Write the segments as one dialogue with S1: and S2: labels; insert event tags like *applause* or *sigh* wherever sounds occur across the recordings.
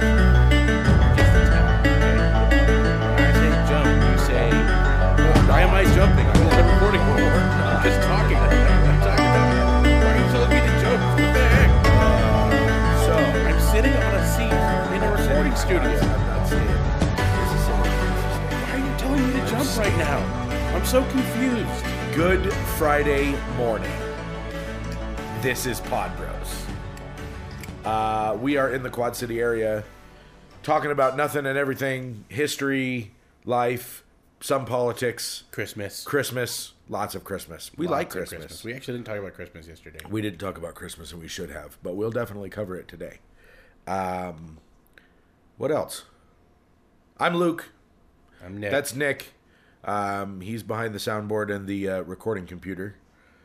S1: Just to tell me, okay? When I say jump, you say, why am I jumping? I'm not recording one. I'm just talking. I'm talking about why are you telling me to jump? What the heck? So, I'm sitting on a seat in a recording studio. Why are you telling me to jump right now? I'm so confused.
S2: Good Friday morning. This is Pod Bros. Uh, we are in the Quad City area talking about nothing and everything history, life, some politics,
S1: Christmas.
S2: Christmas, lots of Christmas. We
S1: Lots
S2: like
S1: of
S2: Christmas.
S1: We actually didn't talk about Christmas yesterday.
S2: We didn't talk about Christmas and we should have, but we'll definitely cover it today. Um, what else? I'm Luke.
S1: I'm Nick.
S2: That's Nick. Um, he's behind the soundboard and the uh, recording computer,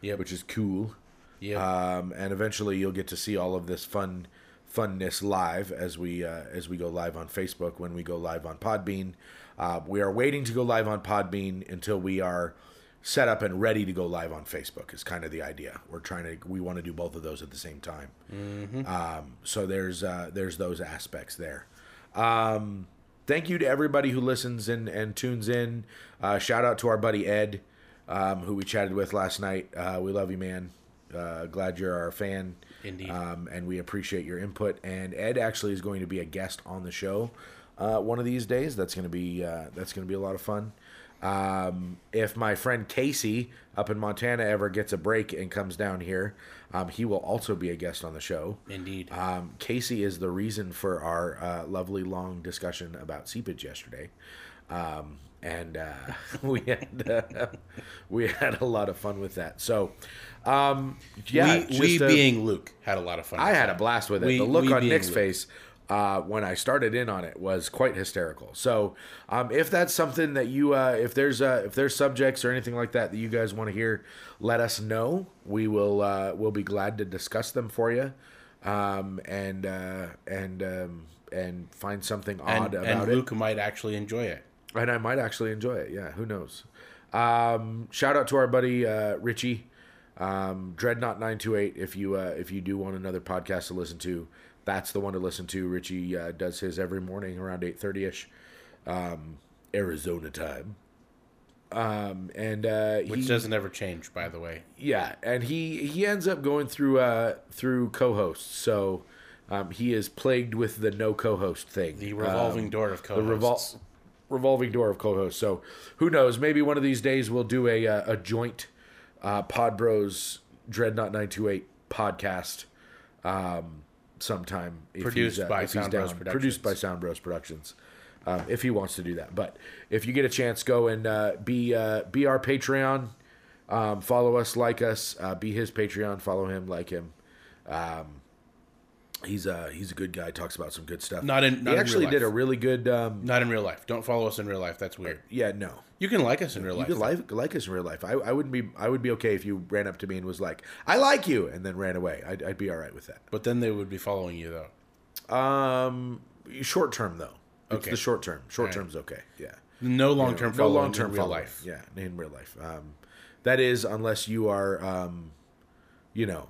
S1: Yep.
S2: which is cool.
S1: Yep.
S2: Um, and eventually, you'll get to see all of this fun funness live as we uh, as we go live on Facebook when we go live on Podbean. Uh, we are waiting to go live on Podbean until we are set up and ready to go live on Facebook. Is kind of the idea. We're trying to we want to do both of those at the same time. Um, so there's uh, there's those aspects there. Um, thank you to everybody who listens and, and tunes in. Uh, shout out to our buddy Ed, um, who we chatted with last night. Uh, we love you, man. Uh, glad you're our fan.
S1: Indeed.
S2: Um, and we appreciate your input. And Ed actually is going to be a guest on the show uh, one of these days. That's gonna be uh, that's gonna be a lot of fun. Um, if my friend Casey up in Montana ever gets a break and comes down here, um, he will also be a guest on the show.
S1: Indeed.
S2: Um, Casey is the reason for our uh, lovely long discussion about seepage yesterday, um, and uh, *laughs* we had uh, *laughs* we had a lot of fun with that. So, um, yeah,
S1: we we
S2: just a-
S1: being Luke had a lot of fun.
S2: I
S1: with
S2: had a
S1: that.
S2: blast with it.
S1: We-
S2: the look
S1: we
S2: on
S1: being
S2: Nick's
S1: Luke.
S2: face uh, when I started in on it was quite hysterical. So, um, if that's something that you, uh, if there's uh, if there's subjects or anything like that that you guys want to hear, let us know. We will uh, we'll be glad to discuss them for you, um, and uh, and um, and find something
S1: and,
S2: odd about
S1: and
S2: it.
S1: Luke might actually enjoy it.
S2: And I might actually enjoy it. Yeah, who knows? Um, shout out to our buddy uh, Richie, um, Dreadnought nine two eight. If you uh, if you do want another podcast to listen to, that's the one to listen to. Richie uh, does his every morning around eight thirty ish, Arizona time. Um, and uh,
S1: Which
S2: he-
S1: doesn't ever change, by the way.
S2: yeah, and he he ends up going through uh through co-hosts. So um, he is plagued with the no co-host thing.
S1: Um, The revolving door of
S2: the
S1: co-hosts.
S2: revol- revolving door of co-hosts. So who knows? Maybe one of these days we'll do a uh, a joint uh, Pod Bros Dreadnought nine two eight podcast um, sometime. If
S1: Produced by
S2: if he's
S1: Sound Bros
S2: down.
S1: Productions.
S2: Produced by Sound Bros Productions. Um, if he wants to do that, but if you get a chance, go and uh, be uh, be our Patreon. Um, follow us, like us, uh, be his Patreon. Follow him, like him. Um, he's a he's a good guy. Talks about some good stuff.
S1: Not in- not in
S2: he
S1: real
S2: actually
S1: life.
S2: did a really good um,
S1: Not in real life. Don't follow us in real life. That's weird.
S2: yeah, no.
S1: You can like us in real life.
S2: You could like like us in real life. I, I wouldn't be I would be okay if you ran up to me and was like, "I like you," and then ran away. I'd, I'd be all right with that.
S1: But then they would be following you though.
S2: Um, short term though. It's
S1: Okay.
S2: the short term. Short term's okay. Yeah.
S1: No long term
S2: No
S1: following.
S2: long term
S1: in real
S2: following.
S1: life.
S2: Yeah, in real life. Um, that is unless you are, um, you know.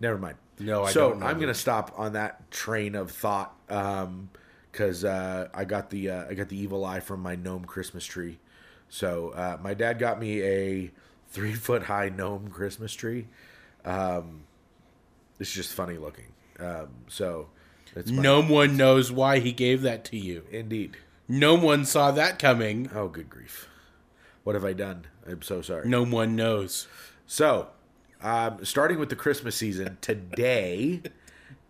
S2: Never mind.
S1: No, I
S2: so
S1: don't know
S2: I'm
S1: that.
S2: gonna stop on that train of thought because uh, I got the uh, I got the evil eye from my gnome Christmas tree. So uh, my dad got me a three foot high gnome Christmas tree. Um, it's just funny looking. Um, so it's my-
S1: No one knows why he gave that to you.
S2: indeed.
S1: No one saw that coming.
S2: Oh, good grief! What have I done? I'm so sorry.
S1: No one knows.
S2: So, um, starting with the Christmas season today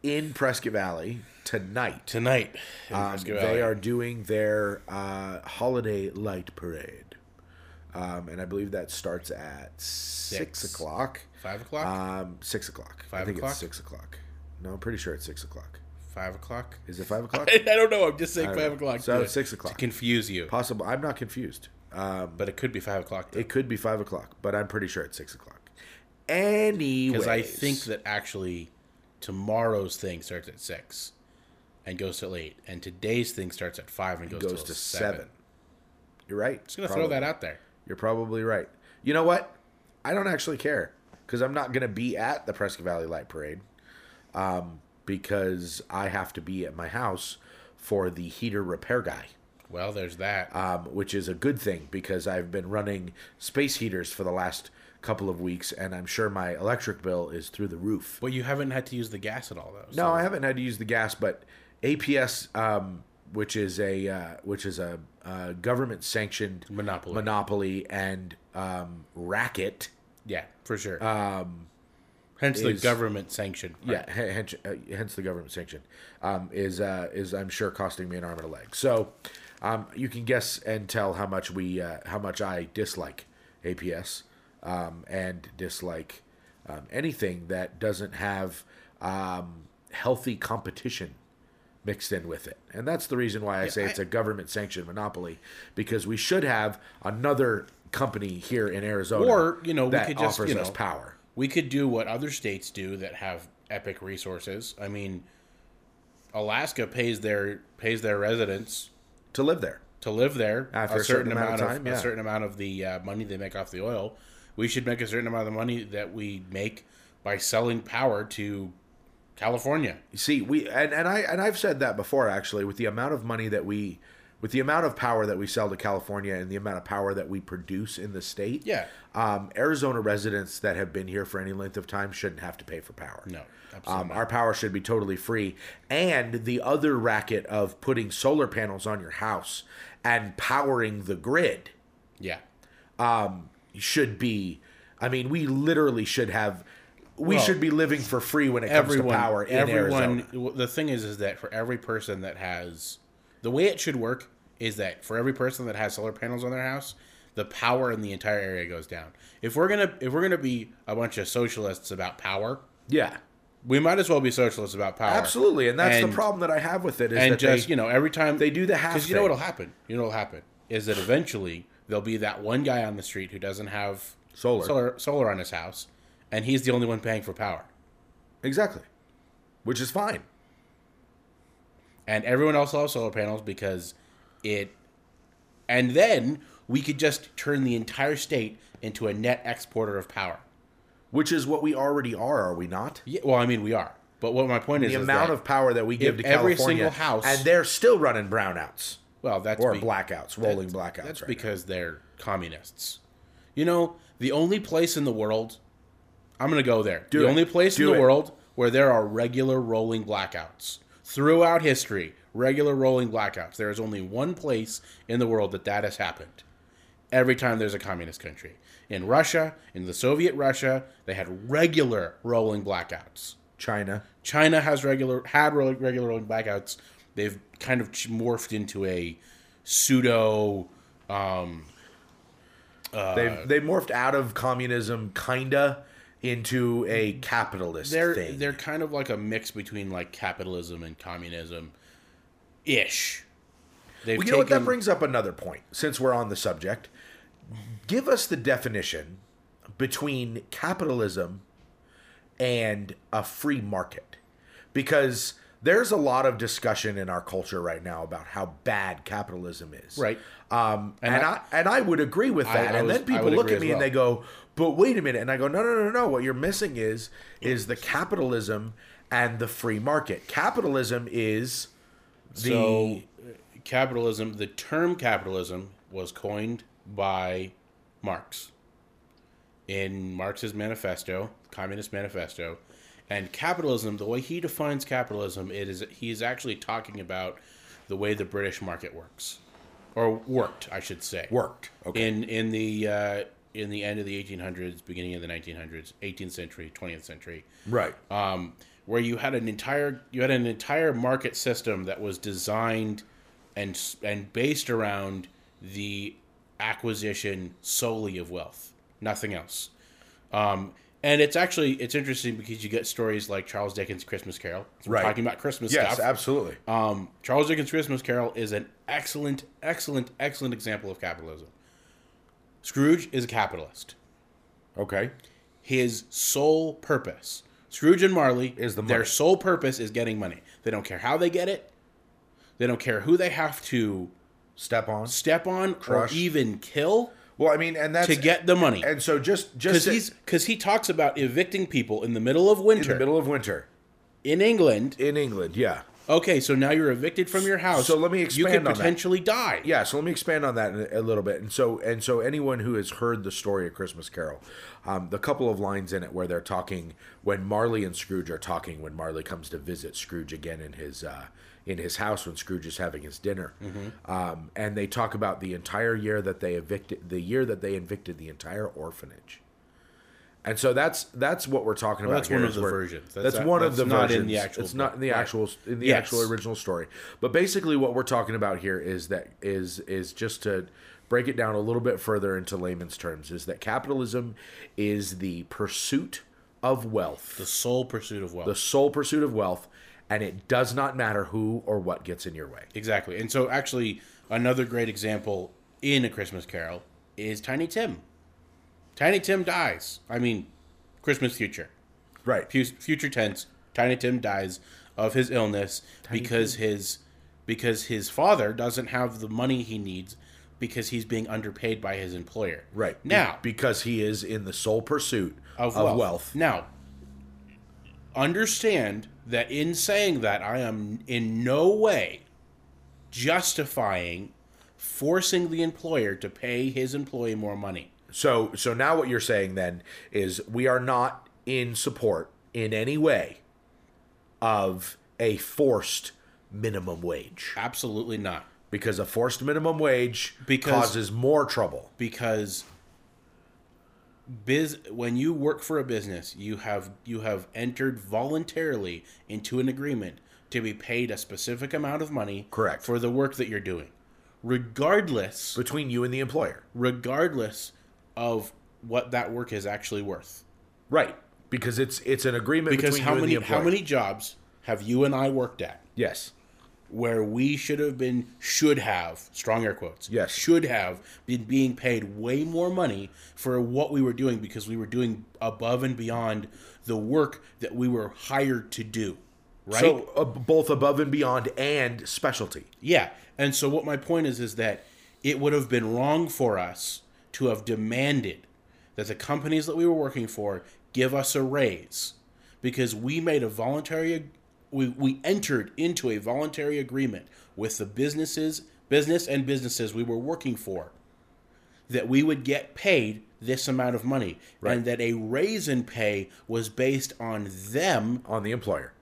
S2: in Prescott Valley tonight,
S1: Tonight, in
S2: um,
S1: Prescott Valley.
S2: they are doing their uh, holiday light parade, um, and I believe that starts at six,
S1: Six.
S2: o'clock.
S1: five o'clock.
S2: Um, six o'clock. I
S1: Five
S2: think
S1: o'clock?
S2: it's six o'clock. No, I'm pretty sure it's six o'clock.
S1: five o'clock.
S2: Is it five o'clock?
S1: *laughs* I don't know. I'm just saying
S2: I don't
S1: five
S2: know.
S1: o'clock.
S2: So
S1: to-
S2: it's six o'clock.
S1: to confuse you.
S2: Possible. I'm not confused. Um,
S1: But it could be five o'clock
S2: it could be five o'clock, but I'm pretty sure it's six o'clock. Anyway,
S1: because I think that actually tomorrow's thing starts at six, and goes till eight. And today's thing starts at five and goes,
S2: goes
S1: till
S2: to
S1: 7
S2: seven. You're right.
S1: Just gonna throw that out there.
S2: You're probably right. You know what? I don't actually care because I'm not gonna be at the Prescott Valley Light Parade um, because I have to be at my house for the heater repair guy,
S1: Well, there's that.
S2: um, which is a good thing because I've been running space heaters for the last couple of weeks, and I'm sure my electric bill is through the roof.
S1: but you haven't had to use the gas at all, though.
S2: No, I haven't had to use the gas, but APS, um, which is a uh, which is a uh, government sanctioned
S1: Monopoly.
S2: monopoly and um, racket.
S1: yeah, for sure. Um, hence the
S2: is-
S1: government sanction.
S2: Yeah, hen- hence, uh, hence the government sanction um, is uh, is I'm sure costing me an arm and a leg. So um, you can guess and tell how much we uh, how much I dislike APS um, and dislike um, anything that doesn't have um, healthy competition mixed in with it. And that's the reason why I say it's a government sanctioned monopoly because we should have another company here in Arizona
S1: Or, you know, we
S2: that
S1: could just,
S2: offers
S1: you
S2: us
S1: know,
S2: power.
S1: We could do what other states do that have epic resources. I mean, Alaska pays their pays their residents
S2: to live there.
S1: to live there
S2: Ah, for a certain amount of time,
S1: a
S2: yeah.
S1: certain amount of the uh, money they make off the oil. We should make a certain amount of the money that we make by selling power to California.
S2: see we and, and i and i've said that before actually with the amount of money that we with the amount of power that we sell to california and the amount of power that we produce in the state
S1: Yeah.
S2: um, arizona residents that have been here for any length of time shouldn't have to pay for power
S1: No, absolutely.
S2: um, our power should be totally free and the other racket of putting solar panels on your house and powering the grid
S1: yeah.
S2: should be i mean we literally should have we
S1: Well,
S2: should be living for free when it comes
S1: Everyone,
S2: to power in
S1: everyone.
S2: arizona
S1: The thing is, is that for every person that has, the way it should work is that for every person that has solar panels on their house, the power in the entire area goes down. If we're gonna, if we're gonna be a bunch of socialists about power,
S2: yeah
S1: we might as well be socialists about power.
S2: Absolutely, and that's the
S1: And-
S2: problem that I have with it is
S1: and
S2: that
S1: just
S2: they,
S1: you know every time
S2: they do the half
S1: because you know
S2: thing.
S1: what'll happen you know what'll happen is that eventually there'll be that one guy on the street who doesn't have
S2: Solar.
S1: solar solar on his house and he's the only one paying for power
S2: exactly, which is fine.
S1: and everyone else will have solar panels because it and then we could just turn the entire state into a net exporter of power
S2: Which is what we already are, are we not?
S1: yeah, well i mean we are but what my point is
S2: The
S1: is
S2: amount
S1: that-
S2: of power that we give
S1: if
S2: to
S1: every
S2: California,
S1: single house-
S2: and they're still running brownouts
S1: well that's
S2: or
S1: be-
S2: blackouts, rolling blackouts.
S1: That's
S2: right
S1: because they're communists. You know, the only place in the world, I'm going to go there. the
S2: it.
S1: only place
S2: Do
S1: in the
S2: it.
S1: world where there are regular rolling blackouts throughout history, regular rolling blackouts. There is only one place in the world that that has happened. Every time there's a communist country. In Russia, in the Soviet Russia, they had regular rolling blackouts.
S2: now. China.
S1: China has regular had re- regular rolling blackouts. They've kind of ch- morphed into a pseudo. Um, Uh,
S2: they they morphed out of communism, kinda, into a capitalist
S1: they're
S2: thing.
S1: they're kind of like a mix between like capitalism and communism, ish. They've
S2: Well, you know what? That
S1: taken-
S2: brings up another point since we're on the subject. Give us the definition between capitalism and a free market. Because there's a lot of discussion in our culture right now about how bad capitalism is.
S1: Right.
S2: Um,
S1: And
S2: and, I, and I would agree with that.
S1: I
S2: and
S1: was-
S2: then
S1: I
S2: people
S1: would
S2: look
S1: agree
S2: at
S1: as
S2: me and
S1: well.
S2: they go, "But wait a minute." And I go, "No, no, no, no. What you're missing is is the capitalism and the free market. Capitalism is the
S1: so capitalism. The term capitalism was coined by Marx in Marx's manifesto, Communist Manifesto, and capitalism. The way he defines capitalism, it is he is actually talking about the way the British market works, or worked, I should say,
S2: worked. Okay.
S1: in in the uh, in the end of the 1800s, beginning of the 1900s, 18th century, 20th century
S2: right.
S1: um, where you had an entire you had an entire market system that was designed and s- and based around the acquisition solely of wealth, nothing else. Um, and it's actually it's interesting because you get stories like Charles Dickens' Christmas Carol. We're
S2: Right.
S1: talking about Christmas
S2: yes,
S1: stuff.
S2: absolutely.
S1: Um, Charles Dickens' Christmas Carol is an excellent, excellent, excellent example of capitalism. Scrooge is a capitalist
S2: Okay.
S1: his sole purpose. Scrooge and Marley
S2: Is the money.
S1: their sole purpose is getting money. They don't care how they get it. They don't care who they have to
S2: Step on.
S1: step on
S2: Crush.
S1: or even kill
S2: Well, I mean, and that's
S1: to get the money.
S2: and so just
S1: Because
S2: just to-
S1: he's because he talks about evicting people in the middle of
S2: in
S1: winter
S2: the
S1: in,
S2: middle of winter
S1: England.
S2: in England. Yeah,
S1: Okay, so now you're evicted from your house.
S2: So let me
S1: You
S2: expand
S1: could
S2: on that.
S1: potentially die.
S2: yeah. So let me expand on that a a little bit. And so and so anyone who has heard the story of Christmas Carol, um, the couple of lines in it where they're talking when Marley and Scrooge are talking when Marley comes to visit Scrooge again in his uh, in his house when Scrooge is having his dinner,
S1: Mm-hmm.
S2: um, and they talk about the entire year that they evicted the year that they evicted the entire orphanage. And so that's that's what we're talking about.
S1: that's
S2: here
S1: one of
S2: is
S1: the
S2: we're-
S1: versions.
S2: That's,
S1: That's not-
S2: one of
S1: that's
S2: the
S1: not
S2: versions.
S1: in the actual
S2: It's not in the
S1: book. Right.
S2: actual in the
S1: Yes.
S2: actual original story. But basically, what we're talking about here is that is is just to break it down a little bit further into layman's terms is that capitalism is the pursuit of wealth,
S1: The sole pursuit of wealth.
S2: the sole pursuit of wealth, and it does not matter who or what gets in your way.
S1: Exactly. And so, actually, another great example in A Christmas Carol is Tiny Tim. Tiny Tim dies. I mean, Christmas future.
S2: Right.
S1: Fu- Future tense. Tiny Tim dies of his illness because his because his father doesn't have the money he needs because he's being underpaid by his employer.
S2: Right. Be-
S1: Now,
S2: because he is in the sole pursuit
S1: of, wealth. Now, understand that in saying that, I am in no way justifying forcing the employer to pay his employee more money.
S2: So so now what you're saying then is we are not in support in any way of a forced minimum wage
S1: Absolutely not.
S2: because a forced minimum wage
S1: Because-
S2: causes more trouble.
S1: Because biz when you work for a business, you have you have entered voluntarily into an agreement to be paid a specific amount of money
S2: Correct.
S1: for the work that you're doing. Regardless
S2: between you and the employer.
S1: regardless of what that work is actually worth.
S2: Right. Because it's it's an agreement
S1: Because
S2: between
S1: how
S2: you
S1: many
S2: and the employer.
S1: how many jobs have you and I worked at
S2: Yes.
S1: where we should have been should have strong air quotes
S2: Yes.
S1: should have been being paid way more money for what we were doing because we were doing above and beyond the work that we were hired to do. Right?
S2: So uh, both above and beyond and specialty.
S1: Yeah. And so what my point is is that it would have been wrong for us to have demanded that the companies that we were working for give us a raise because we made a voluntary we, we entered into a voluntary agreement with the businesses business and businesses we were working for that we would get paid this amount of money and that a raise in pay was based on them
S2: on the employer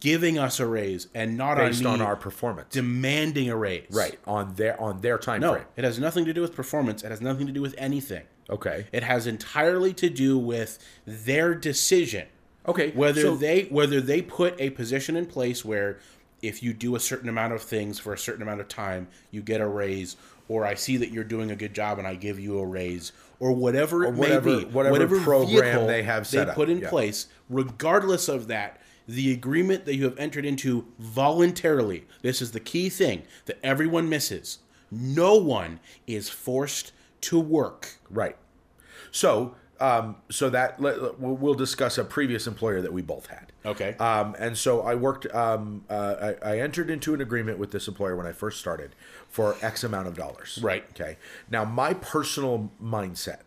S1: giving us a raise and not
S2: based
S1: on,
S2: on
S1: me
S2: our performance.
S1: demanding a raise
S2: right. On their on their time
S1: no,
S2: frame.
S1: it has nothing to do with performance. It has nothing to do with anything.
S2: Okay.
S1: It has entirely to do with their decision.
S2: Okay.
S1: Whether
S2: so-
S1: they whether they put a position in place where if you do a certain amount of things for a certain amount of time, you get a raise, or I see that you're doing a good job and I give you a raise, or whatever it
S2: whatever-
S1: may be,
S2: whatever program
S1: vehicle
S2: they have set
S1: they
S2: up,
S1: put in
S2: yeah.
S1: place, regardless of that, the agreement that you have entered into voluntarily. This is the key thing that everyone misses. No one is forced to work.
S2: Right. So, um, so that let, let- we'll we'll discuss a previous employer that we both had.
S1: Okay.
S2: Um, and so I worked. Um, uh, I, I entered into an agreement with this employer when I first started for X amount of dollars.
S1: Right.
S2: Okay. Now my personal mindset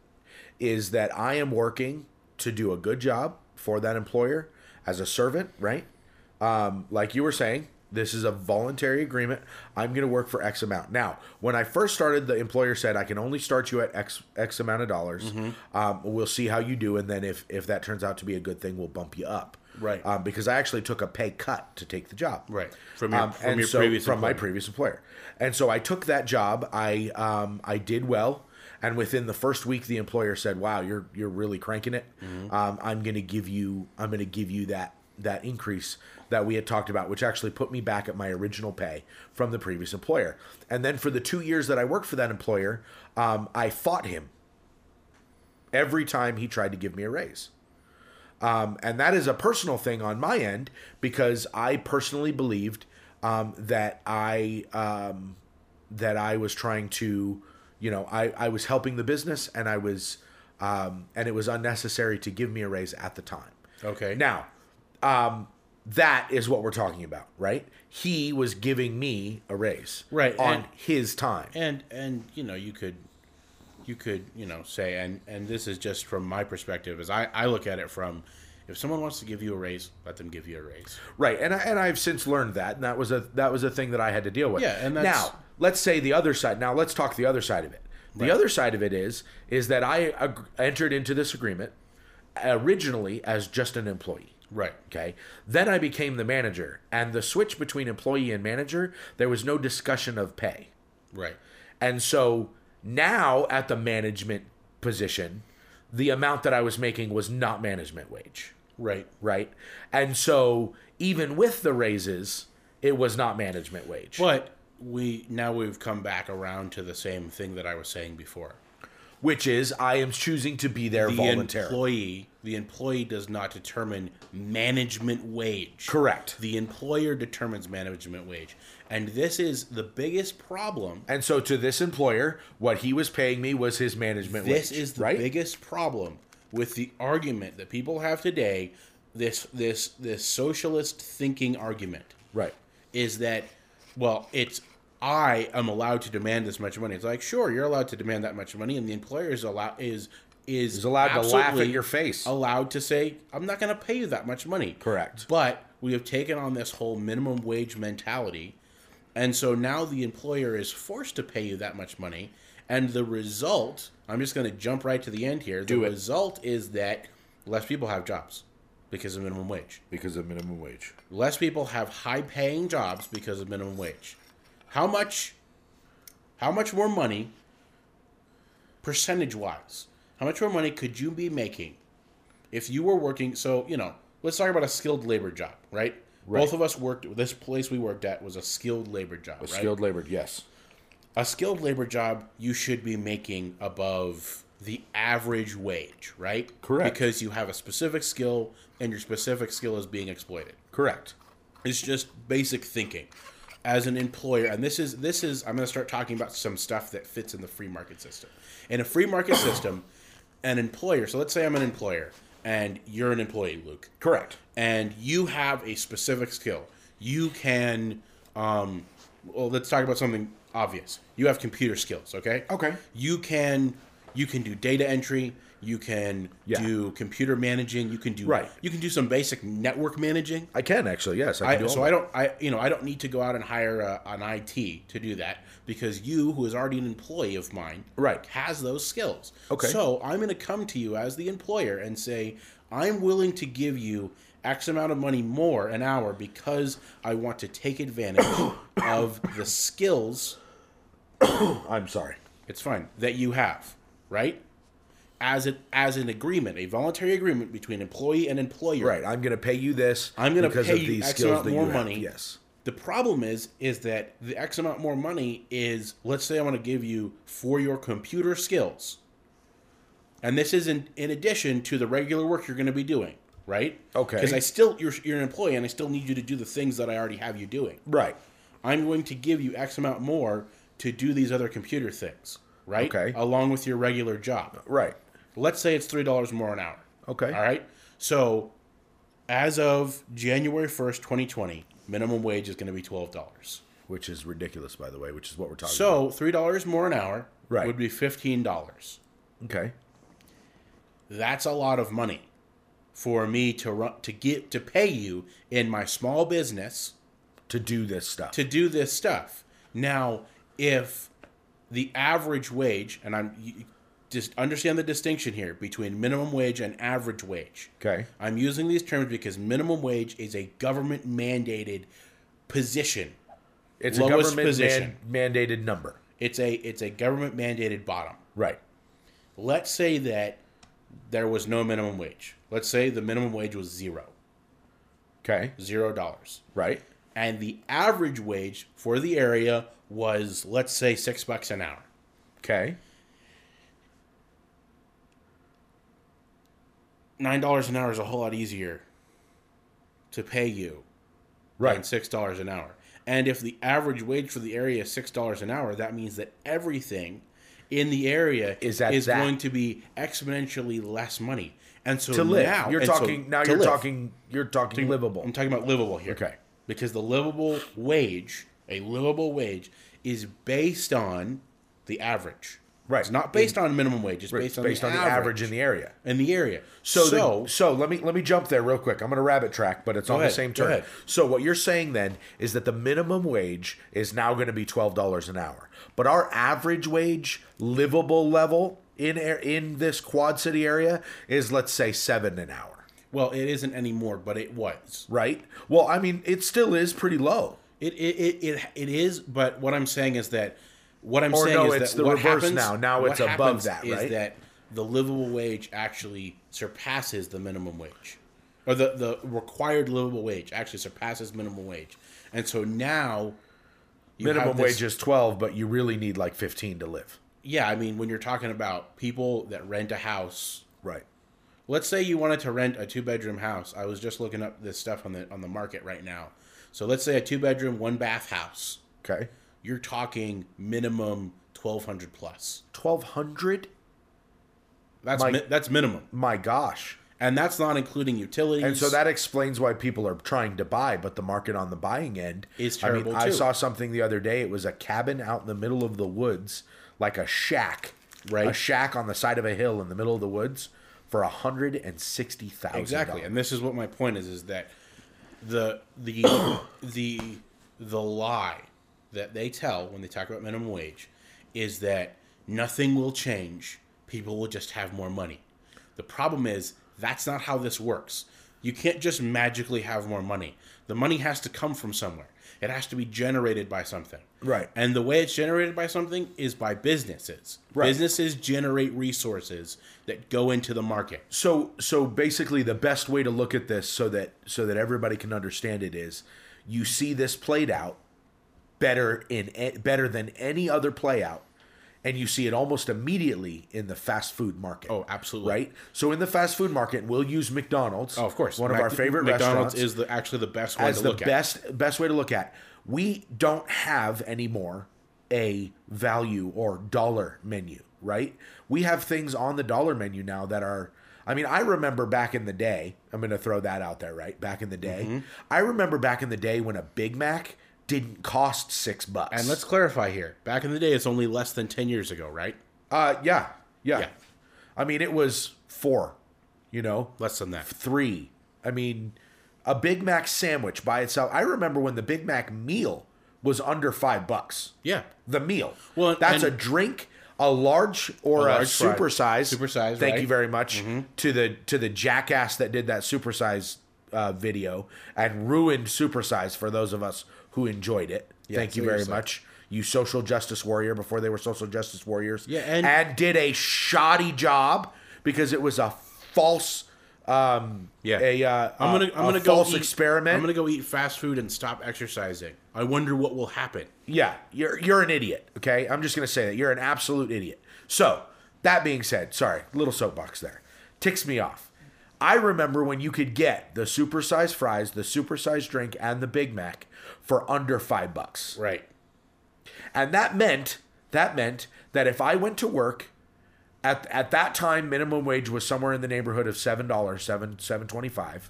S2: is that I am working to do a good job for that employer as a servant. Right. Um, like you were saying. This is a voluntary agreement. I'm going to work for X amount. Now, when I first started, the employer said I can only start you at X X amount of dollars. Um, we'll see how you do, and then if if that turns out to be a good thing, we'll bump you up
S1: Right.
S2: um, because I actually took a pay cut to take the job.
S1: Right. From your- from
S2: Um, and
S1: your
S2: so-
S1: previous
S2: from my
S1: employer.
S2: previous employer, and so I took that job. I um, I did well, and within the first week, the employer said, "Wow, you're you're really cranking it.
S1: Mm-hmm.
S2: Um, I'm going to give you I'm going to give you that that increase that we had talked about, which actually put me back at my original pay from the previous employer. And then for the two years that I worked for that employer, um, I fought him every time he tried to give me a raise. Um, and that is a personal thing on my end because I personally believed um, that I um, that I was trying to, you know, I, I was helping the business and I was um, and it was unnecessary to give me a raise at the time.
S1: Okay.
S2: Now, um, that is what we're talking about, right? He was giving me a raise,
S1: Right,
S2: on
S1: and-
S2: his time.
S1: and and you know you could you could you know say and and this is just from my perspective as i i look at it from if someone wants to give you a raise let them give you a raise
S2: Right, and I, and I've since learned that, and that was a that was a thing that I had to deal with.
S1: Yeah, and that's-
S2: now let's say the other side. Now let's talk the other side of it. The other side of it is is that I ag- entered into this agreement originally as just an employee.
S1: right
S2: Okay. Then I became the manager, and the switch between employee and manager, there was no discussion of pay.
S1: right
S2: And so now at the management position, the amount that I was making was not management wage
S1: right
S2: right? And so even with the raises, it was not management wage.
S1: but we now we've come back around to the same thing that i was saying before
S2: which is I am choosing to be there
S1: the
S2: voluntarily.
S1: employee the employee does not determine management wage
S2: Correct.
S1: the employer determines management wage and this is the biggest problem
S2: and so to this employer, what he was paying me was his management wage.
S1: This is the
S2: right?
S1: biggest problem with the argument that people have today. This this this socialist thinking argument
S2: right.
S1: is that well, it's I am allowed to demand this much money. It's like sure, you're allowed to demand that much money, and the employer is allowed is is
S2: He's allowed to laugh at
S1: absolutely Oh.
S2: your face.
S1: Allowed to say I'm not going to pay you that much money.
S2: Correct.
S1: But we have taken on this whole minimum wage mentality. And so now the employer is forced to pay you that much money. And the result, I'm just going to jump right to the end here. The
S2: Do it.
S1: result is that less people have jobs because of minimum wage.
S2: Because of minimum wage.
S1: Less people have high paying jobs because of minimum wage. How much how much more money percentage wise? How much more money could you be making if you were working so, you know, let's talk about a skilled labor job, right? Both of us worked this place we worked at was a skilled labor job, right?
S2: Skilled labor, yes.
S1: a skilled labor job you should be making above the average wage, right?
S2: Correct.
S1: Because you have a specific skill and your specific skill is being exploited.
S2: Correct.
S1: It's just basic thinking as an employer and this is this is i'm going to start talking about some stuff that fits in the free market system in a free market system an employer so let's say i'm an employer and you're an employee luke
S2: Correct.
S1: and you have a specific skill you can um well let's talk about something obvious you have computer skills okay
S2: Okay.
S1: you can you can do data entry you can
S2: Yeah.
S1: do computer managing you can do
S2: Right.
S1: you can do some basic network managing
S2: I can actually, yes. I
S1: I,
S2: can do
S1: so
S2: all
S1: I
S2: that.
S1: don't, I you know, I don't need to go out and hire uh, an IT to do that because you, who is already an employee of mine,
S2: Right.
S1: has those skills.
S2: Okay.
S1: So I'm going to come to you as the employer and say, I'm willing to give you X amount of money more an hour because I want to take
S2: *coughs*
S1: advantage of the skills.
S2: I'm sorry.
S1: It's fine that you have, right? As an as an agreement, a voluntary agreement between employee and employer.
S2: Right. I'm gonna pay you this
S1: I'm going to
S2: because
S1: pay
S2: of
S1: you
S2: these
S1: X
S2: skills
S1: amount
S2: that
S1: more
S2: you have.
S1: money.
S2: Yes.
S1: The problem is, is that the X amount more money is, let's say, I want to give you for your computer skills, and this is in, in addition to the regular work you're going to be doing, right?
S2: Okay.
S1: Because I still you're you're an employee, and I still need you to do the things that I already have you doing.
S2: Right.
S1: I'm going to give you X amount more to do these other computer things, right?
S2: Okay.
S1: Along with your regular job.
S2: Right.
S1: Let's say it's three dollars more an hour.
S2: Okay.
S1: All right. So, as of January first, twenty twenty, minimum wage is going to be twelve dollars.
S2: Which is ridiculous, by the way, which is what we're talking
S1: So three dollars more an hour
S2: Right.
S1: would be fifteen dollars.
S2: about. Okay.
S1: That's a lot of money for me to run to get to pay you in my small business
S2: To do this stuff.
S1: to do this stuff. Now, if the average wage, and I'm you- you just understand the distinction here between minimum wage and average wage.
S2: Okay.
S1: I'm using these terms because minimum wage is a government mandated position.
S2: It's
S1: lowest
S2: a government man,
S1: position.
S2: mandated number.
S1: It's a it's a government mandated bottom.
S2: Right.
S1: Let's say that there was no minimum wage. Let's say the minimum wage was zero,
S2: Okay.
S1: zero dollars,
S2: Right.
S1: and the average wage for the area was let's say six bucks an hour.
S2: Okay.
S1: Nine dollars an hour is a whole lot easier to pay you than
S2: Right.
S1: six dollars an hour. And if the average wage for the area is six dollars an hour, that means that everything in the area
S2: Is that
S1: is
S2: that?
S1: going to be exponentially less money. And so
S2: to live.
S1: now
S2: you're
S1: and so
S2: talking now.
S1: to
S2: You're
S1: live.
S2: talking. You're talking livable.
S1: I'm talking about livable here.
S2: Okay.
S1: Because the livable wage, a livable wage, is based on the average.
S2: Right.
S1: It's not based on minimum wage. It's based on,
S2: based
S1: the,
S2: on
S1: average
S2: the average in the area.
S1: in the area.
S2: So, so, so let me let me jump there real quick. I'm going to rabbit track, but it's on
S1: ahead,
S2: the same
S1: go
S2: turn.
S1: ahead.
S2: So what you're saying then is that the minimum wage is now going to be twelve dollars an hour, but our average wage, livable level in air- in this Quad City area is let's say seven an hour,
S1: well, it isn't anymore, but it was.
S2: right? Well, I mean, it still is pretty low.
S1: It it, it, it, it is, but what I'm saying is that what I'm
S2: Or
S1: saying
S2: no,
S1: is
S2: it's
S1: that
S2: the
S1: what
S2: reverse
S1: happens,
S2: now. Now
S1: what
S2: it's above
S1: happens
S2: that,
S1: Is
S2: right?
S1: that the livable wage actually surpasses the minimum wage, or the the required livable wage actually surpasses minimum wage, and so now you have
S2: Minimum
S1: this-
S2: wage is twelve, but you really need like fifteen to live,
S1: Yeah, I mean, when you're talking about people that rent a house
S2: right?
S1: let's say you wanted to rent a two bedroom house. I was just looking up this stuff on the on the market right now. So let's say a two bedroom, one bath house.
S2: Okay,
S1: You're talking minimum twelve hundred plus.
S2: twelve hundred.
S1: That's
S2: My-
S1: mi- that's minimum,
S2: My gosh.
S1: and that's not including utilities.
S2: And so that explains why people are trying to buy, but the market on the buying end
S1: Is
S2: I
S1: terrible,
S2: mean, I
S1: too.
S2: saw something the other day. It was a cabin out in the middle of the woods, like a shack,
S1: Right.
S2: A shack on the side of a hill in the middle of the woods for a hundred and sixty thousand.
S1: exactly, and this is what my point is: is that the
S2: *coughs*
S1: the the the lie that they tell when they talk about minimum wage is that nothing will change. People will just have more money. The problem is that's not how this works. You can't just magically have more money. The money has to come from somewhere. It has to be generated by something.
S2: Right.
S1: And the way it's generated by something is by businesses.
S2: Right.
S1: Businesses generate resources that go into the market.
S2: so so basically the best way to look at this so that so that everybody can understand it is you see this played out better in a- better than any other play out and you see it almost immediately in the fast food market.
S1: Oh, absolutely.
S2: Right? So in the fast food market, we'll use McDonald's.
S1: Oh, of course.
S2: One
S1: Mac-
S2: of our favorite
S1: McDonald's
S2: restaurants
S1: is the, actually the best one
S2: as
S1: to
S2: the
S1: look at.
S2: best best way to look at. We don't have anymore a value or dollar menu, right? We have things on the dollar menu now that are I mean, I remember back in the day, I'm going to throw that out there, right? Back in the day.
S1: Mm-hmm.
S2: I remember back in the day when a Big Mac didn't cost 6 bucks.
S1: And let's clarify here. Back in the day, it's only less than 10 years ago, right?
S2: uh yeah, yeah.
S1: Yeah.
S2: I mean, it was 4, you know?
S1: Less than that.
S2: three. I mean, a Big Mac sandwich by itself. I remember when the Big Mac meal was under five bucks.
S1: Yeah.
S2: The meal.
S1: Well,
S2: that's
S1: and-
S2: a drink, a large or a,
S1: large fry.
S2: supersize.
S1: Supersize,
S2: Thank
S1: right. Mm-hmm.
S2: you very much to the to the jackass that did that supersize uh, video and ruined supersize for those of us who enjoyed it. Thank you very
S1: seriously.
S2: much. You social justice warrior before they were social justice warriors.
S1: Yeah, and-
S2: and did a shoddy job because it was a false um
S1: Yeah.
S2: a uh
S1: I'm gonna I'm
S2: a
S1: gonna go
S2: false
S1: eat-
S2: experiment
S1: I'm gonna go eat fast food and stop exercising. I wonder what will happen.
S2: yeah you're you're an idiot okay i'm just gonna say that you're an absolute idiot so that being said sorry little soapbox there ticks me off i remember when you could get the supersized fries the supersized drink and the big mac for under five bucks
S1: Right.
S2: And that meant that meant that if I went to work at at that time minimum wage was somewhere in the neighborhood of seven dollars, seven seven twenty five.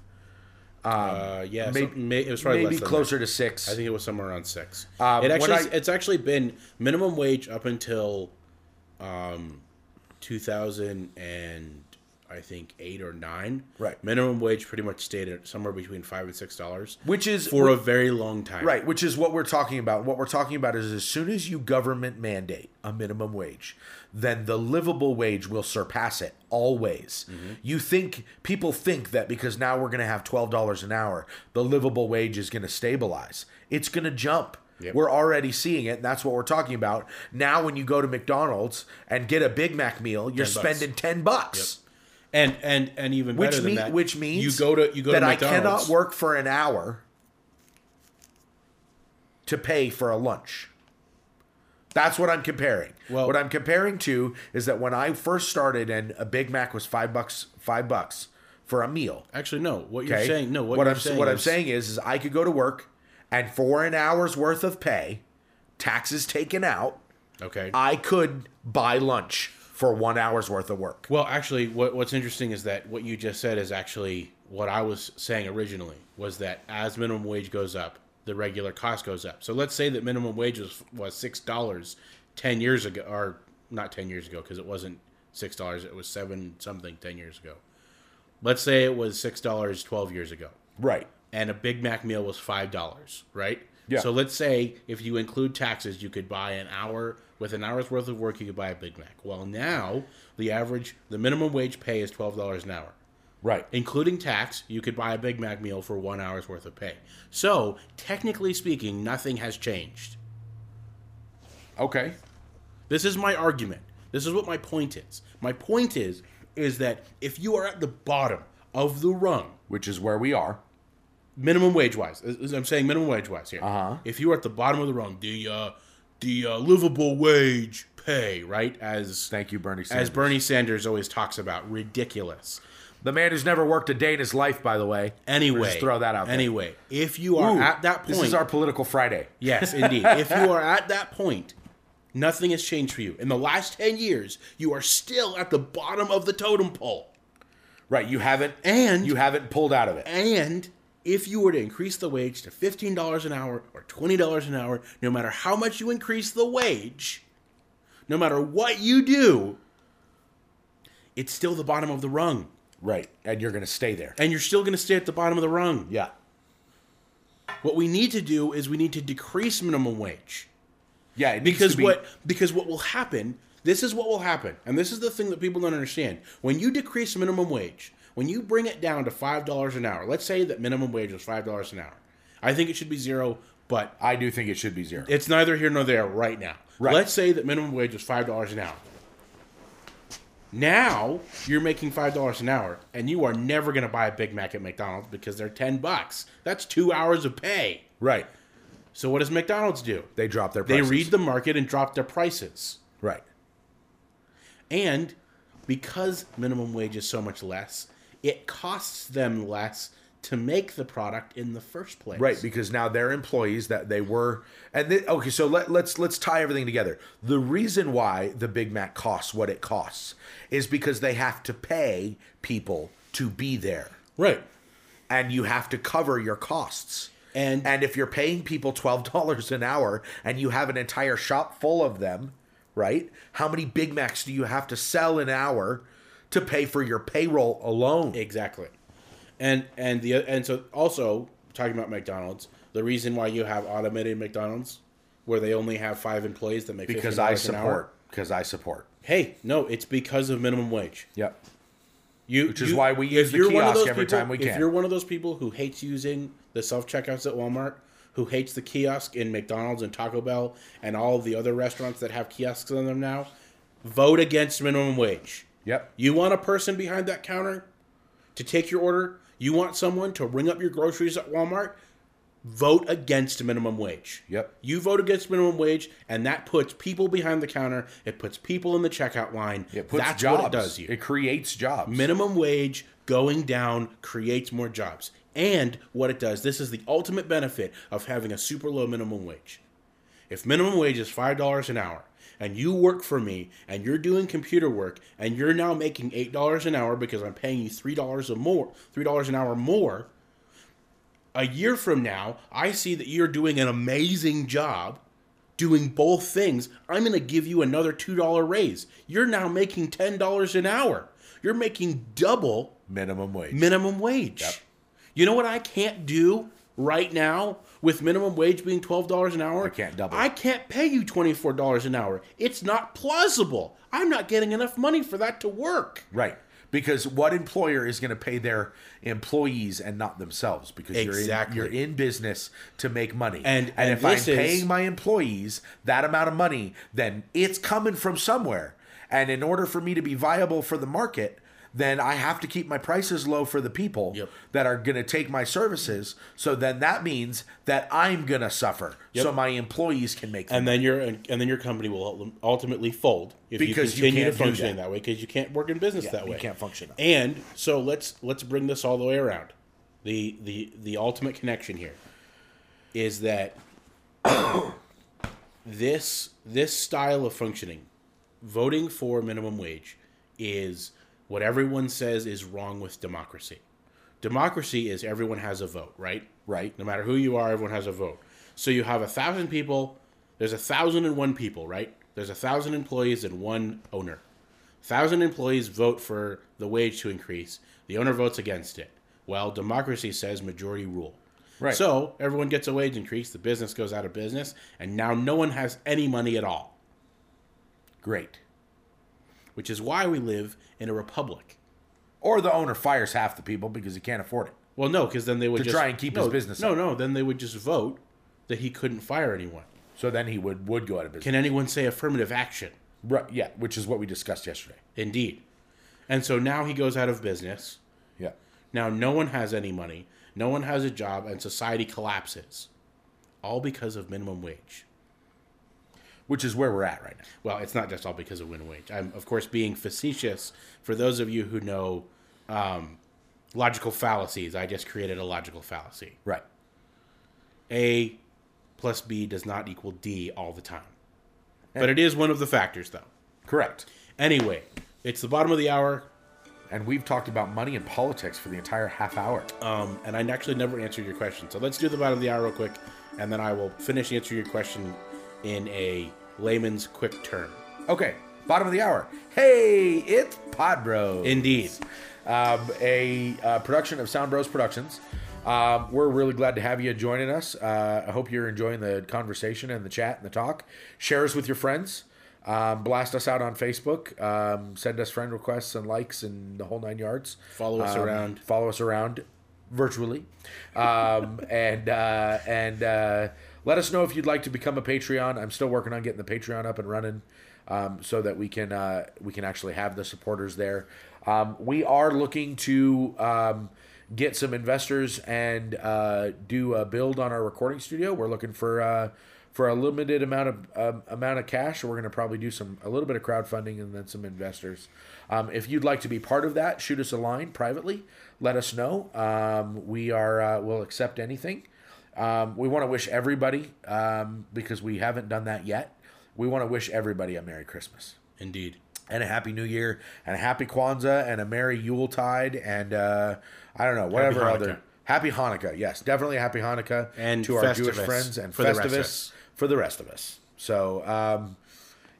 S1: Uh, yeah.
S2: Maybe-
S1: Maybe, it was probably
S2: Maybe
S1: less than
S2: closer to
S1: that. I
S2: six.
S1: think it was somewhere around six.
S2: Um,
S1: it actually
S2: when I-
S1: it's actually been minimum wage up until, um, two thousand and I think eight or nine.
S2: Right.
S1: Minimum wage pretty much stayed at somewhere between five and six dollars,
S2: Which is
S1: for a very long time.
S2: Right, which is what we're talking about. What we're talking about is as soon as you government mandate a minimum wage, then the livable wage will surpass it always.
S1: Mm-hmm.
S2: You think people think that because now we're going to have $12 an hour, the livable wage is going to stabilize. It's going to jump.
S1: Yep.
S2: We're already seeing it, and that's what we're talking about. Now when you go to McDonald's and get a Big Mac meal, you're
S1: 10 bucks.
S2: spending 10 bucks.
S1: And and and even
S2: Which
S1: better
S2: mean,
S1: than that,
S2: which means
S1: you go to you go
S2: that
S1: to
S2: I
S1: McDonald's.
S2: cannot work for an hour to pay for a lunch. That's what I'm comparing.
S1: Well-
S2: what I'm comparing to is that when I first started and a Big Mac was five bucks, five bucks for a meal.
S1: Actually, no. What you're
S2: Okay,
S1: saying, no. What, you're
S2: I'm
S1: saying
S2: what I'm
S1: is-
S2: saying is, is I could go to work and for an hour's worth of pay, taxes taken out,
S1: Okay.
S2: I could buy lunch for one hour's worth of work.
S1: Well, actually, what, what's interesting is that what you just said is actually what I was saying originally was that as minimum wage goes up, the regular cost goes up. So let's say that minimum wage was, was six dollars ten years ago, or not ten years ago, because it wasn't six dollars; it was seven something ten years ago. Let's say it was six dollars twelve years ago,
S2: Right.
S1: and a Big Mac meal was five dollars, right?
S2: Yeah.
S1: So let's say if you include taxes, you could buy an hour with an hour's worth of work, you could buy a Big Mac. Well, now the average, the minimum wage pay is twelve dollars an hour,
S2: Right.
S1: including tax. You could buy a Big Mac meal for one hour's worth of pay. So technically speaking, nothing has changed.
S2: Okay.
S1: This is my argument. This is what my point is. My point is is that if you are at the bottom of the rung,
S2: Which is where we are.
S1: minimum wage wise. as- as I'm saying minimum wage wise here.
S2: Uh-huh.
S1: If you are at the bottom of the rung, the uh, the uh, livable wage pay, right? As
S2: Thank you, Bernie
S1: as
S2: Sanders.
S1: Bernie Sanders always talks about, ridiculous.
S2: the man who's never worked a day in his life, by the way.
S1: Anyway,
S2: Just throw that out there.
S1: Anyway, if you are
S2: Ooh,
S1: at that point,
S2: This is our political Friday.
S1: *laughs* yes, indeed. if you are at that point, nothing has changed for you. In the last ten years, you are still at the bottom of the totem pole.
S2: Right. You haven't
S1: And-
S2: you haven't pulled out of it.
S1: And if you were to increase the wage to $15 an hour or $20 an hour, no matter how much you increase the wage, no matter what you do, it's still the bottom of the rung.
S2: Right. And you're gonna stay there.
S1: And you're still going to stay at the bottom of the rung.
S2: Yeah.
S1: What we need to do is we need to decrease minimum wage.
S2: Yeah. It needs
S1: because
S2: to be-
S1: what because what will happen this is what will happen and this is the thing that people don't understand when you decrease minimum wage when you bring it down to five dollars an hour let's say that minimum wage was five dollars an hour i think it should be zero but
S2: I do think it should be zero.
S1: it's neither here nor there right now
S2: Right.
S1: let's say that minimum wage was five dollars an hour now you're making five dollars an hour and you are never going to buy a big mac at mcdonald's because they're ten bucks that's two hours of pay
S2: right.
S1: so what does mcdonald's do
S2: They drop their
S1: they
S2: prices.
S1: read the market and drop their prices
S2: Right.
S1: And because minimum wage is so much less, it costs them less to make the product in the first place.
S2: Right, because now they're employees that they were, and they, okay, so let, let's let's tie everything together. The reason why the Big Mac costs what it costs is because they have to pay people to be there,
S1: Right.
S2: and you have to cover your costs.
S1: And-
S2: and if you're paying people twelve dollars an hour, and you have an entire shop full of them, right? How many Big Macs do you have to sell an hour to pay for your payroll alone?
S1: Exactly. And and the and so also talking about McDonald's, the reason why you have automated McDonald's where they only have 5 employees that make
S2: because
S1: $15
S2: I
S1: an hour.
S2: support. Because I support.
S1: Hey, no, it's because of minimum wage.
S2: Yep.
S1: You,
S2: Which is
S1: you-
S2: why we
S1: if
S2: use the
S1: you're one of
S2: kiosk
S1: those
S2: every
S1: people-
S2: time we
S1: If
S2: can.
S1: you're one of those people who hates using the self checkouts at Walmart, who hates the kiosk in McDonald's and Taco Bell and all of the other restaurants that have kiosks on them now, vote against minimum wage.
S2: Yep.
S1: You want a person behind that counter to take your order. You want someone to ring up your groceries at Walmart. Vote against minimum wage.
S2: Yep.
S1: You vote against minimum wage, and that puts people behind the counter. It puts people in the checkout line.
S2: It puts
S1: That's
S2: jobs.
S1: what it does you.
S2: It creates jobs.
S1: Minimum wage going down creates more jobs. And what it does, this is the ultimate benefit of having a super low minimum wage. If minimum wage is $5 an hour and you work for me and you're doing computer work and you're now making $8 an hour because I'm paying you $3 a more, $3 an hour more, a year from now, I see that you're doing an amazing job doing both things, I'm going to give you another $2 raise. You're now making $10 an hour. You're making double
S2: minimum wage.
S1: minimum wage. You know what I can't do right now with minimum wage being $12 an hour? I
S2: can't double.
S1: I can't pay you $24 an hour. It's not plausible. I'm not getting enough money for that to work.
S2: right. Because what employer is going to pay their employees and not themselves? Because
S1: Exactly.
S2: you're in, you're in business to make money.
S1: And- and
S2: if I'm
S1: this is-
S2: paying my employees that amount of money, then it's coming from somewhere. And in order for me to be viable for the market, then I have to keep my prices low for the people
S1: Yep.
S2: that are going to take my services. So then that means that I'm going to suffer. So my employees can make. the
S1: And then your and then your company will ultimately fold if
S2: Because you
S1: you continue
S2: can't
S1: to
S2: do
S1: function
S2: that.
S1: that, way because you can't work in business that
S2: you
S1: way.
S2: can't function that way.
S1: And so let's let's bring this all the way around. The the the ultimate connection here is that *coughs* this this style of functioning, voting for minimum wage, is what everyone says is wrong with democracy. Democracy is everyone has a vote, right?
S2: Right.
S1: No matter who you are, everyone has a vote. So you have a thousand people. There's a thousand and one people, right? There's a thousand employees and one owner. Thousand employees vote for the wage to increase. The owner votes against it. Well, democracy says majority rule.
S2: Right.
S1: So everyone gets a wage increase. The business goes out of business, and now no one has any money at all.
S2: Great.
S1: Which is why we live in a republic.
S2: Or the owner fires half the people because he can't afford it.
S1: Well, no, because then they would
S2: To
S1: just
S2: try and keep
S1: no,
S2: his business
S1: No, no, then they would just vote that he couldn't fire anyone.
S2: So then he would would go out of business.
S1: Can anyone say affirmative action?
S2: Right, yeah, which is what we discussed yesterday.
S1: Indeed. And so now he goes out of business.
S2: Yeah.
S1: Now no one has any money, no one has a job, and society collapses. All because of minimum wage.
S2: Which is where we're at right now.
S1: Well, it's not just all because of minimum wage. I'm, of course, being facetious. For those of you who know um, logical fallacies, I just created a logical fallacy.
S2: Right.
S1: A plus B does not equal D all the time. But it is one of the factors, though.
S2: Correct.
S1: Anyway, it's the bottom of the hour,
S2: And we've talked about money and politics for the entire half hour. Uh,
S1: um, and I actually never answered your question. So let's do the bottom of the hour real quick, and then I will finish answering your question in a layman's quick term.
S2: Okay, bottom of the hour. Hey, it's Pod Bros.
S1: Indeed.
S2: um, a uh, production of Sound Bros Productions. Um, we're really glad to have you joining us. Uh, I hope you're enjoying the conversation and the chat and the talk. Share us with your friends. Um, blast us out on Facebook. Um, send us friend requests and likes and the whole nine yards.
S1: Follow us
S2: Um,
S1: around.
S2: Follow us around virtually, um, *laughs* and uh, and uh, let us know if you'd like to become a Patreon. I'm still working on getting the Patreon up and running, um, so that we can uh, we can actually have the supporters there. Um, we are looking to um, get some investors and uh, do a build on our recording studio. We're looking for. Uh, for a limited amount of um, amount of cash. We're going to probably do some a little bit of crowdfunding and then some investors. Um, if you'd like to be part of that, shoot us a line privately. Let us know. Um, we are uh, will accept anything. Um, we want to wish everybody um, because we haven't done that yet. We want to wish everybody a Merry Christmas
S1: Indeed.
S2: and a Happy New Year and a Happy Kwanzaa and a Merry Yuletide and uh, I don't know whatever
S1: Happy Hanukkah.
S2: other Happy Hanukkah. Yes, definitely Happy Hanukkah
S1: And
S2: to our Jewish
S1: Festivus
S2: friends and
S1: for the rest of
S2: Festivus
S1: us.
S2: for the rest of us. So um,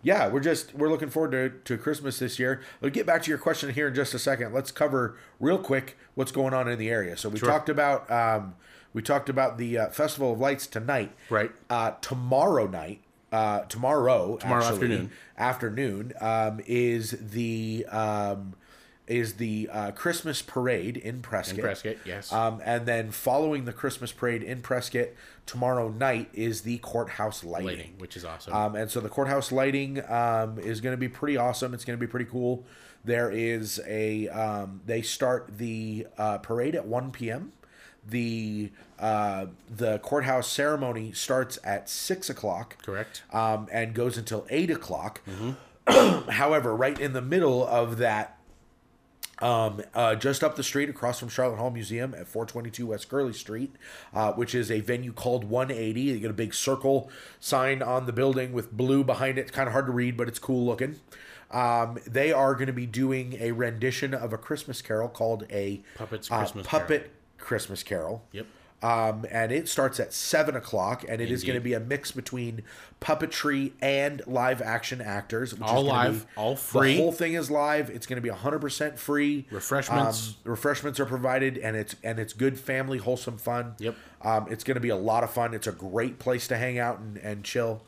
S2: yeah, we're just we're looking forward to, to Christmas this year. We'll get back to your question here in just a second. Let's cover real quick what's going on in the area. So we talked about um, we talked about the uh, Festival of Lights tonight.
S1: Right.
S2: Uh, tomorrow night. Uh, tomorrow.
S1: Tomorrow afternoon.
S2: Afternoon um, is the um, is the uh, Christmas parade in Prescott.
S1: In Prescott, yes.
S2: Um, and then following the Christmas parade in Prescott tomorrow night is the courthouse lighting.
S1: Lighting, which is awesome.
S2: Um, and so the courthouse lighting um, is going to be pretty awesome. It's going to be pretty cool. There is a um, they start the uh, parade at 1 p.m. The uh, the courthouse ceremony starts at six o'clock.
S1: Correct.
S2: Um, and goes until eight o'clock.
S1: Mm-hmm.
S2: *clears throat* However, right in the middle of that um, uh, just up the street across from Charlotte Hall Museum at 422 West Gurley Street, uh, which is a venue called 180. You get a big circle sign on the building with blue behind it. It's kind of hard to read, but it's cool looking. Um, they are going to be doing a rendition of a Christmas carol called a
S1: Puppets
S2: uh,
S1: Christmas Carol.
S2: puppet Christmas carol.
S1: Yep.
S2: Um, and it starts at seven o'clock, and it is going to be
S1: Indeed.
S2: a mix between puppetry and live action actors. Which
S1: All
S2: is gonna
S1: live,
S2: be-
S1: all
S2: The
S1: free.
S2: whole thing is live. It's going to be hundred percent free.
S1: Refreshments.
S2: Um, refreshments are provided, and it's and it's good family, wholesome fun.
S1: Yep.
S2: Um, it's going to be a lot of fun. It's a great place to hang out and, and chill.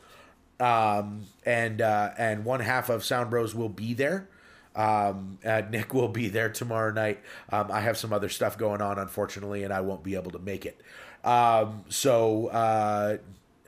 S2: Um, and uh, and one half of Sound Bros will be there. Um, uh, Nick will be there tomorrow night. Um, I have some other stuff going on, unfortunately, and I won't be able to make it. Um, so uh,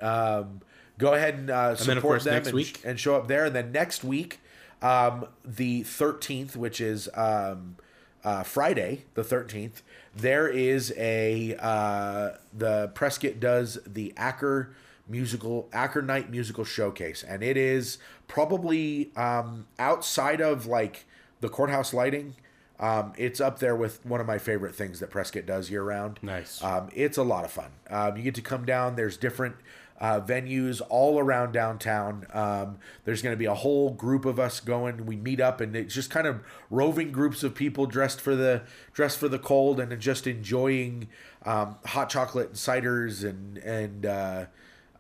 S2: um, go ahead and uh, support
S1: then, of course,
S2: them
S1: next
S2: and,
S1: week.
S2: and show up there. And then next week, um, the 13th, which is um, uh, Friday, the 13th, there is a uh, the Prescott does the Acker musical Acker Night musical showcase, and it is probably um, outside of like the courthouse lighting. Um, it's up there with one of my favorite things that Prescott does year round.
S1: Nice.
S2: Um, it's a lot of fun. Um, you get to come down. There's different uh, venues all around downtown. Um, there's going to be a whole group of us going. We meet up, and it's just kind of roving groups of people dressed for the dressed for the cold, and just enjoying um, hot chocolate and ciders and and uh,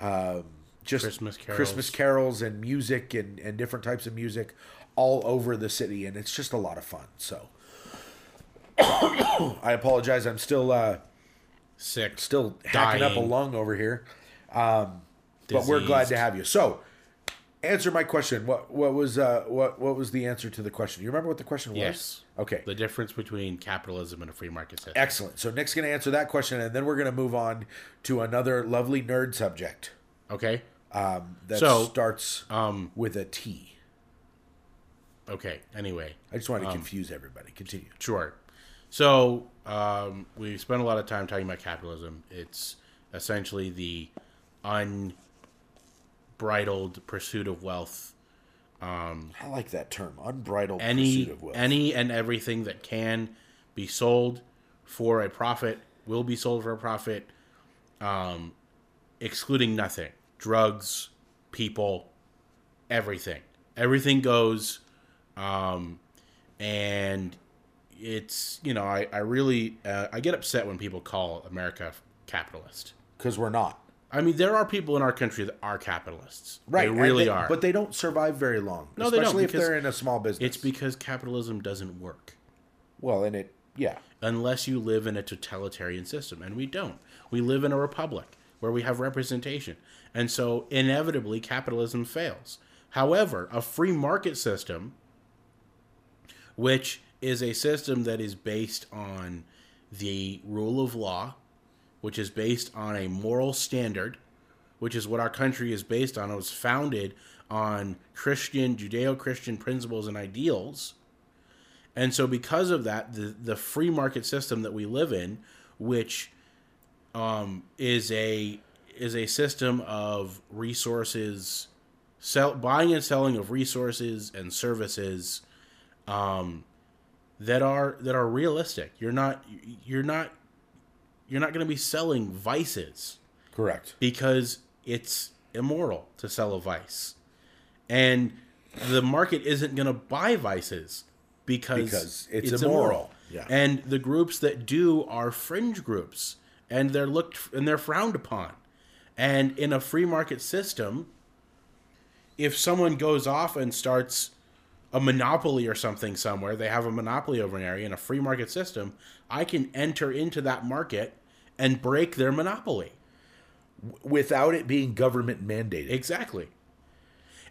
S2: um just
S1: Christmas carols.
S2: Christmas carols and music and and different types of music all over the city, and it's just a lot of fun. So. *coughs* I apologize. I'm still uh,
S1: Sick.
S2: still hacking up a
S1: Dying.
S2: lung over here. But we're glad to
S1: Diseased.
S2: have you. So, answer my question. What what was uh, what what was the answer to the question? You remember what the question was?
S1: Yes.
S2: Okay.
S1: The difference between capitalism and a free market system.
S2: Excellent. So Nick's going to answer that question, and then we're going to move on to another lovely nerd subject
S1: Okay.
S2: um, that
S1: So,
S2: starts
S1: Um.
S2: with a T.
S1: Okay. Anyway.
S2: I just
S1: um,
S2: wanted to confuse everybody. Continue.
S1: Sure. So um, we spent a lot of time talking about capitalism. It's essentially the unbridled pursuit of wealth.
S2: I like that term, unbridled
S1: Any
S2: pursuit of wealth.
S1: any and everything that can be sold for a profit will be sold for a profit, um, excluding nothing: drugs, people, everything. Everything goes um, and it's you know I I really uh, I get upset when people call America capitalist.
S2: because we're not
S1: I mean, there are people in our country that are capitalists.
S2: right.
S1: they
S2: and
S1: really are.
S2: but they don't survive very long.
S1: No, they don't,
S2: especially if
S1: because
S2: they're in a small business.
S1: it's because capitalism doesn't work
S2: well, and it yeah.
S1: unless you live in a totalitarian system, and we don't. We live in a republic where we have representation, and so inevitably capitalism fails. However, a free market system which is a system that is based on the rule of law, which is based on a moral standard, which is what our country is based on. It was founded on Christian, Judeo Christian principles and ideals. And so, because of that, the, the free market system that we live in, which um, is a is a system of resources, sell, buying and selling of resources and services, um, that are that are realistic. You're not you're not you're not going to be selling vices
S2: Correct.
S1: because it's immoral to sell a vice. And the market isn't going to buy vices because,
S2: Because it's immoral. Yeah.
S1: And the groups that do are fringe groups and they're looked and they're frowned upon. And in a free market system, if someone goes off and starts a monopoly or something somewhere, they have a monopoly over an area in a free market system, I can enter into that market and break their monopoly.
S2: Without it being government mandated.
S1: Exactly.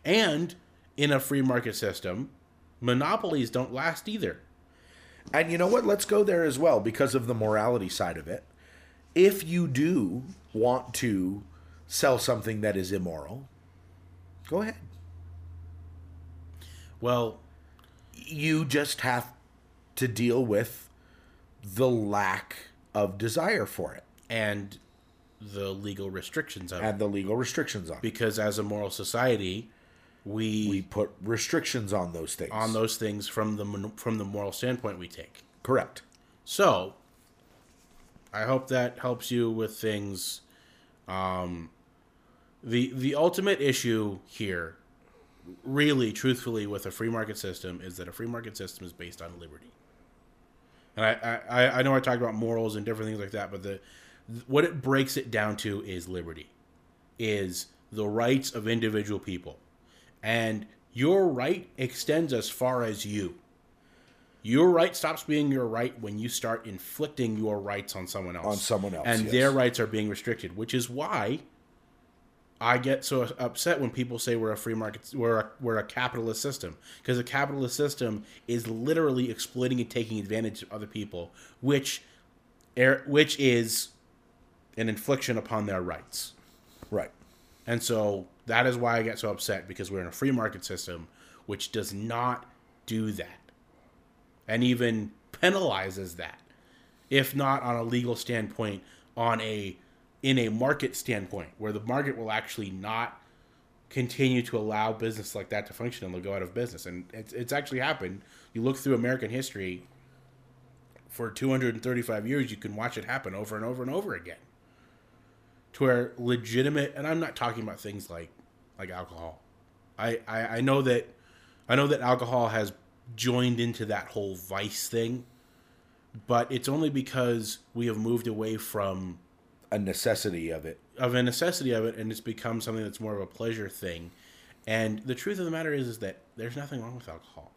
S1: And in a free market system, monopolies don't last either.
S2: And you know what? Let's go there as well because of the morality side of it. If you do want to sell something that is immoral, go ahead.
S1: Well,
S2: You just have to deal with the lack of desire for it
S1: and the legal restrictions of it.
S2: and the legal restrictions on it.
S1: Because as a moral society, we,
S2: We put restrictions on those things.
S1: on those things from the mon- from the moral standpoint we take.
S2: Correct.
S1: So, I hope that helps you with things. Um, the the ultimate issue here, really, truthfully, with a free market system is that a free market system is based on liberty. And I I, I- I know I talked about morals and different things like that, but the what it breaks it down to is liberty, is the rights of individual people, and your right extends as far as you. Your right stops being your right when you start inflicting your rights on someone else.
S2: On someone else,
S1: And
S2: yes.
S1: their rights are being restricted, which is why I get so upset when people say we're a free market, we're a, we're a capitalist system, because a capitalist system is literally exploiting and taking advantage of other people, which, er, which is an infliction upon their rights.
S2: Right.
S1: And so that is why I get so upset because we're in a free market system which does not do that and even penalizes that if not on a legal standpoint on a in a market standpoint where the market will actually not continue to allow business like that to function and they'll go out of business and it's, it's actually happened you look through american history for 235 years you can watch it happen over and over and over again to where legitimate and I'm not talking about things like like alcohol. I, I, I know that I know that alcohol has joined into that whole vice thing, but it's only because we have moved away from
S2: a necessity of it.
S1: of a necessity of it and it's become something that's more of a pleasure thing. And the truth of the matter is, is that there's nothing wrong with alcohol.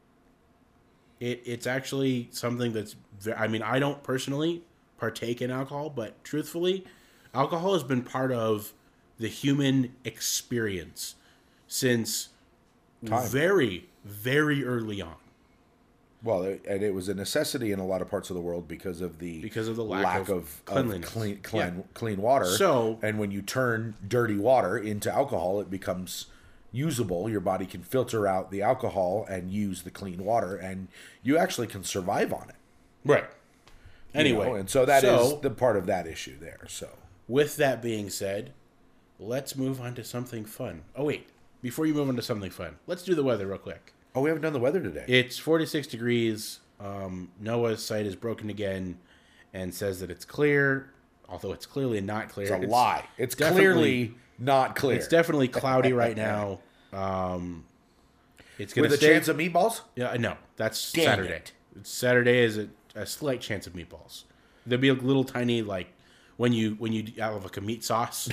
S1: It it's actually something that's. ve- I mean, I don't personally partake in alcohol, but truthfully, alcohol has been part of the human experience since
S2: Time.
S1: very very early on.
S2: Well, it, and it was a necessity in a lot of parts of the world because of the
S1: Because of the lack of cleanliness.
S2: clean clean, clean water.
S1: So-
S2: and when you turn dirty water into alcohol, it becomes usable. Your body can filter out the alcohol and use the clean water, and you actually can survive on it.
S1: Right.
S2: you
S1: Anyway,
S2: know? and so that is
S1: so-
S2: the part of that issue there. So
S1: With that being said, let's move on to something fun. Oh wait, before you move on to something fun, let's do the weather real quick.
S2: oh, we haven't done the weather today.
S1: It's 46 degrees. Um, Noah's site is broken again, and says that it's clear, although it's clearly not clear.
S2: it's a lie. It's
S1: definitely-
S2: clearly not clear.
S1: It's definitely cloudy right
S2: *laughs*
S1: now. Um, it's gonna
S2: with a
S1: stay-
S2: chance of meatballs.
S1: Yeah, I know. That's
S2: Dang
S1: Saturday.
S2: it.
S1: It's- Saturday is a, a slight chance of meatballs. There'll be a little tiny like when you when you out of like a meat
S2: *laughs*
S1: sauce,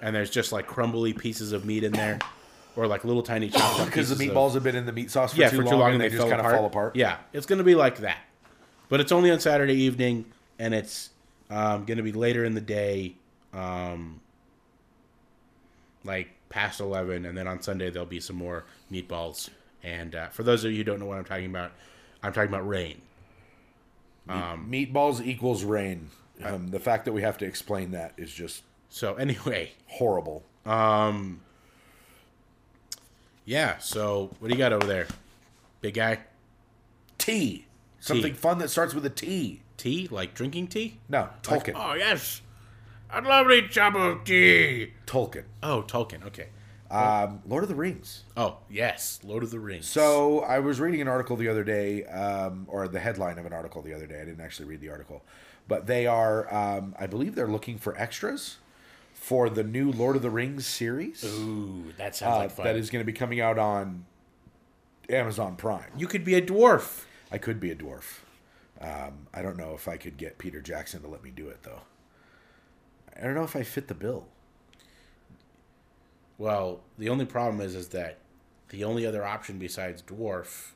S1: and there's just like crumbly pieces of meat in there, or like little
S2: *coughs*
S1: tiny chopped up
S2: Because the
S1: pieces of-
S2: meatballs have been in the meat sauce for,
S1: yeah
S2: too,
S1: for
S2: long
S1: too long
S2: and they, just
S1: fell
S2: kind of
S1: apart.
S2: fall apart.
S1: Yeah, it's gonna be like that, but it's only on Saturday evening, and it's um, gonna be later in the day, um, like past eleven, and then on Sunday there'll be some more meatballs. And uh, for those of you who don't know what I'm talking about, I'm talking about rain.
S2: Meatballs equals rain. Um, the fact that we have to explain that is just
S1: So *laughs* anyway,
S2: horrible.
S1: yeah. So what do you got over there, big guy?
S2: Tea. Something fun that starts with a T.
S1: Tea, like drinking tea?
S2: No, Tolkien.
S1: Oh yes, a lovely chop of tea.
S2: Tolkien.
S1: Oh, Tolkien. Okay.
S2: Um, Lord of the Rings.
S1: Oh yes, Lord of the Rings.
S2: So I was reading an article the other day, um, or the headline of an article the other day. I didn't actually read the article, but they are, um, I believe, they're looking for extras for the new Lord of the Rings series
S1: Ooh, that sounds
S2: uh,
S1: like fun.
S2: that is going to be coming out on Amazon Prime.
S1: you could be a dwarf.
S2: I could be a dwarf. Um, I don't know if I could get Peter Jackson to let me do it though. I don't know if I fit the bill.
S1: Well, the only problem is is that the only other option besides dwarf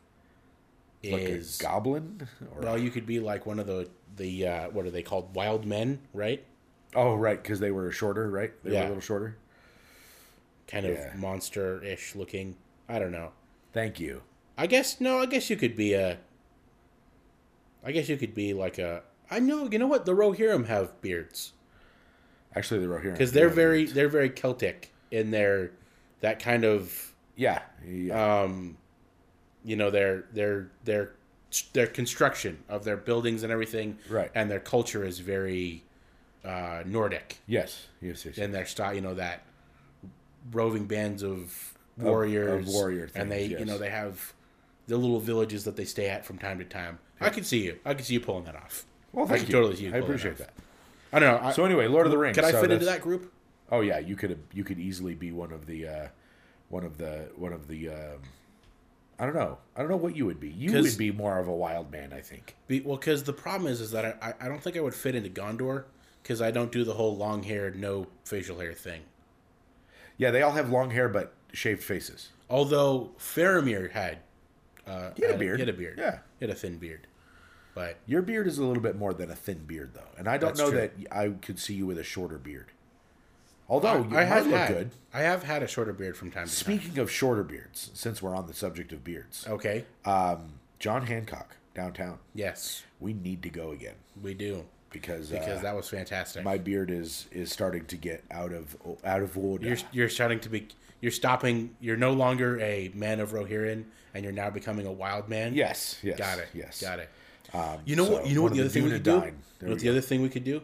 S2: Like
S1: is
S2: a goblin? Or
S1: well, you could be like one of the the uh, what are they called? Wild men, right?
S2: oh, right, because they were shorter, right? They were
S1: Yeah.
S2: a little shorter.
S1: Kind of
S2: Yeah.
S1: monster ish looking. I don't know.
S2: Thank you.
S1: I guess no. I guess you could be a. I guess you could be like a. I know. You know what? The Rohirrim have beards
S2: Actually, they were here
S1: because they're very they're very Celtic in their that kind of
S2: yeah. yeah.
S1: um, you know their their their their construction of their buildings and everything,
S2: Right.
S1: And their culture is very uh, Nordic
S2: yes, yes, yes. yes.
S1: in their style. You know that roving bands of warriors,
S2: of warrior
S1: and they
S2: things,
S1: you
S2: yes.
S1: know they have the little villages that they stay at from time to time. I could see you. I could see you pulling that off.
S2: Well,
S1: I
S2: thank
S1: could
S2: you.
S1: totally see you.
S2: I
S1: pulling
S2: appreciate
S1: off.
S2: that.
S1: I don't know. I,
S2: So anyway, Lord of the Rings.
S1: could I
S2: so
S1: fit into
S2: that's-
S1: that group?
S2: Oh yeah, you could you could easily be one of the uh, one of the one of the. Um, I don't know. I don't know what you would be. You
S1: 'Cause-
S2: would be more of a wild man, I think.
S1: Be, well, because the problem is, is that I, I- I don't think I would fit into Gondor because I don't do the whole long hair, no facial hair thing.
S2: Yeah, they all have long hair but shaved faces.
S1: Although Faramir had, uh,
S2: He had a beard.
S1: He had a beard.
S2: Yeah.
S1: he had a thin beard. But
S2: Your beard is a little bit more than a thin beard, though, and I don't
S1: That's
S2: know
S1: true.
S2: that I could see you with a shorter beard. Although you
S1: I
S2: might
S1: have
S2: Oh, look
S1: had,
S2: good.
S1: I have had a shorter beard from time to
S2: Speaking of shorter beards, since we're on the subject of beards,
S1: time. Okay.
S2: um, John Hancock downtown.
S1: yes,
S2: We need to go again
S1: we do
S2: because
S1: because
S2: uh,
S1: that was fantastic.
S2: my beard is is starting to get out of out of order.
S1: you're you're starting to be. You're stopping. You're no longer a man of Rohirrim, and you're now becoming a wild man.
S2: Yes, yes,
S1: Got it.
S2: Yes, Um,
S1: Got it. you know what?
S2: so
S1: You know what?
S2: one of
S1: The
S2: the
S1: other thing we could do.
S2: Dunedain.
S1: You
S2: There
S1: know what
S2: we
S1: the other thing we could do. Um,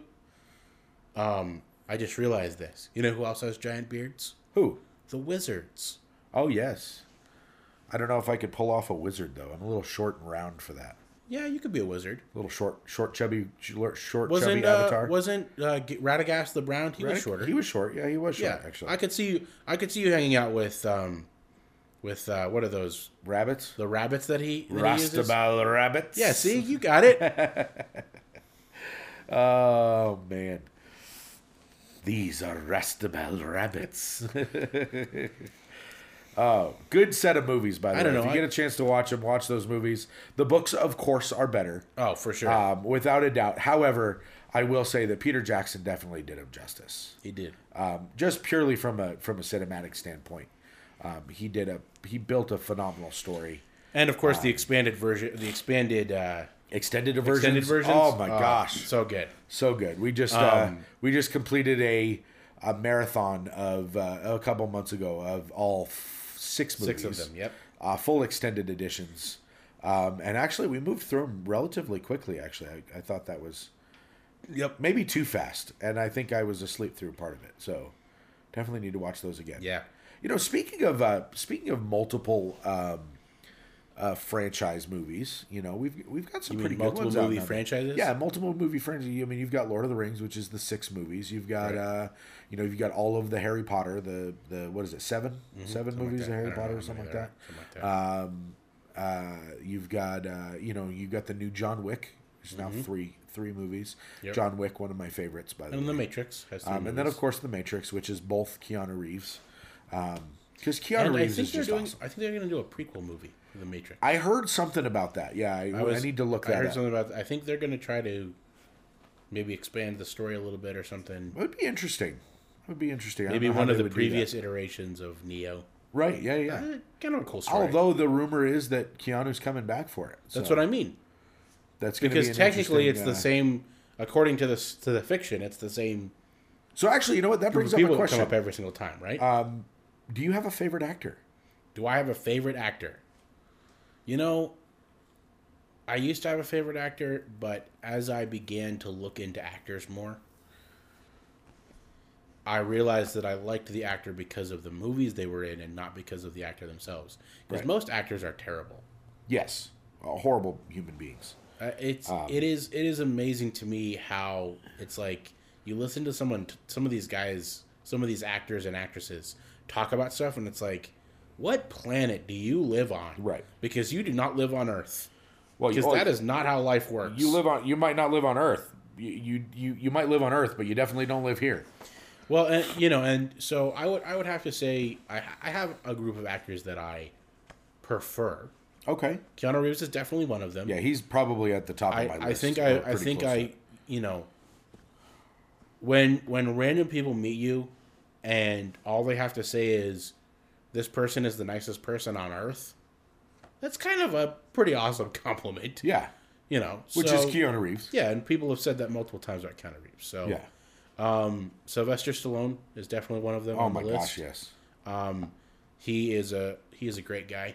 S1: I just realized this. You know who else has giant beards?
S2: Who?
S1: The wizards.
S2: Oh yes. I don't know if I could pull off a wizard though. I'm a little short and round for that.
S1: Yeah, you could be a wizard.
S2: Little short, short, chubby, short, short
S1: Wasn't
S2: chubby
S1: uh,
S2: avatar.
S1: wasn't uh, G- Radagast the Brown? He was
S2: Radic-
S1: shorter.
S2: He was short. Yeah, he was short.
S1: yeah,
S2: actually,
S1: I could see you. I could see you hanging out with um, with uh, what are those?
S2: rabbits.
S1: The rabbits that he that he uses?
S2: Rastabal rabbits.
S1: Yeah, see, you got
S2: *laughs*
S1: it.
S2: Oh man, these are Rastabal rabbits. *laughs* oh, good set of movies by the
S1: I don't
S2: way. if
S1: know,
S2: you
S1: I-
S2: get a chance to watch them, watch those movies. The books, of course, are better,
S1: oh, for sure,
S2: um, without a doubt. However, I will say that Peter Jackson definitely did him justice.
S1: he did.
S2: um, just purely from a from a cinematic standpoint. Um, he did a he built a phenomenal story.
S1: And of
S2: uh,
S1: course, the expanded version, the expanded uh,
S2: Extended version.
S1: extended Uh, version.
S2: Oh my gosh, so,
S1: so good.
S2: good. We just
S1: um,
S2: uh, we just completed a a marathon of uh, a couple months ago of all f- six movies.
S1: Six of them, yep.
S2: Uh, full extended editions. Um, and actually, we moved through them relatively quickly. Actually, I, I thought that was
S1: Yep.
S2: maybe too fast, and I think I was asleep through part of it. So definitely need to watch those again.
S1: Yeah.
S2: You know, speaking of uh, speaking of multiple um, uh, franchise movies, you know we've we've got some
S1: You mean
S2: pretty good
S1: multiple
S2: ones out
S1: movie
S2: now.
S1: franchises?
S2: Yeah, multiple movie franchises. I mean, you've got Lord of the Rings, which is the six movies. You've got uh, you know you've got all of the Harry Potter, the the what is it 7
S1: Mm-hmm.
S2: seven movies of
S1: Uh,
S2: Harry Potter or something like that.
S1: oh Something like that.
S2: Uh, you've got uh, you know you got the new John Wick. There's now three three movies.
S1: Mm-hmm. Yep.
S2: John Wick, one of my favorites by the
S1: and
S2: way.
S1: The Matrix has. three
S2: Um, and then
S1: movies.
S2: of course The Matrix, which is both Keanu Reeves. Because Keanu
S1: And I
S2: Reeves
S1: think
S2: is
S1: they're
S2: just
S1: doing.
S2: awesome.
S1: I think they're going to do a prequel movie for The Matrix.
S2: I heard something about that. Yeah, I, I,
S1: was-
S2: need to look
S1: I
S2: that
S1: heard
S2: up.
S1: something about. I think they're going to try to maybe expand the story a little bit or something.
S2: It would be interesting. It would be interesting. I don't
S1: Maybe
S2: know how
S1: one of
S2: they
S1: the
S2: would do that.
S1: previous iterations of Neo.
S2: Right? Yeah, yeah.
S1: Eh, kind of a cool story.
S2: Although the rumor is that Keanu's coming back for it.
S1: that's what I mean.
S2: That's gonna
S1: Because
S2: be an
S1: technically, it's
S2: interesting,
S1: the
S2: uh,
S1: same. According to the s- to the fiction, it's the same.
S2: So actually, you know what? That brings up a
S1: People that come up
S2: question.
S1: every single time, right?
S2: Do you have a favorite actor?
S1: Do I have a favorite actor? You know, I used to have a favorite actor, but as I began to look into actors more, I realized that I liked the actor because of the movies they were in and not because of the actor themselves. Because
S2: Right.
S1: most actors are terrible.
S2: Yes. Uh, horrible human beings.
S1: Uh, it's
S2: Um,
S1: it is it is amazing to me how it's like you listen to someone t- some of these guys some of these actors and actresses talk about stuff and it's like what planet do you live on
S2: Right.
S1: because you do not live on earth
S2: Well,
S1: because that is not how life works
S2: you live on. You might not live on Earth. You, you you you might live on Earth, but you definitely don't live here.
S1: well and you know and so i would i would have to say i i have a group of actors that i prefer
S2: Okay.
S1: keanu reeves is definitely one of them
S2: Yeah, he's probably at the top of my
S1: I,
S2: list.
S1: I think
S2: or
S1: I, I
S2: pretty
S1: think
S2: close
S1: I
S2: up.
S1: you know when when random people meet you and all they have to say is this person is the nicest person on earth that's kind of a pretty awesome *laughs* compliment
S2: Yeah,
S1: you know
S2: which
S1: so-
S2: is Keanu Reeves.
S1: yeah and people have said that multiple times about Keanu Reeves so
S2: Yeah.
S1: Sylvester Stallone is definitely one of them
S2: Oh
S1: on
S2: my
S1: the list.
S2: gosh, yes.
S1: he is a he is a great guy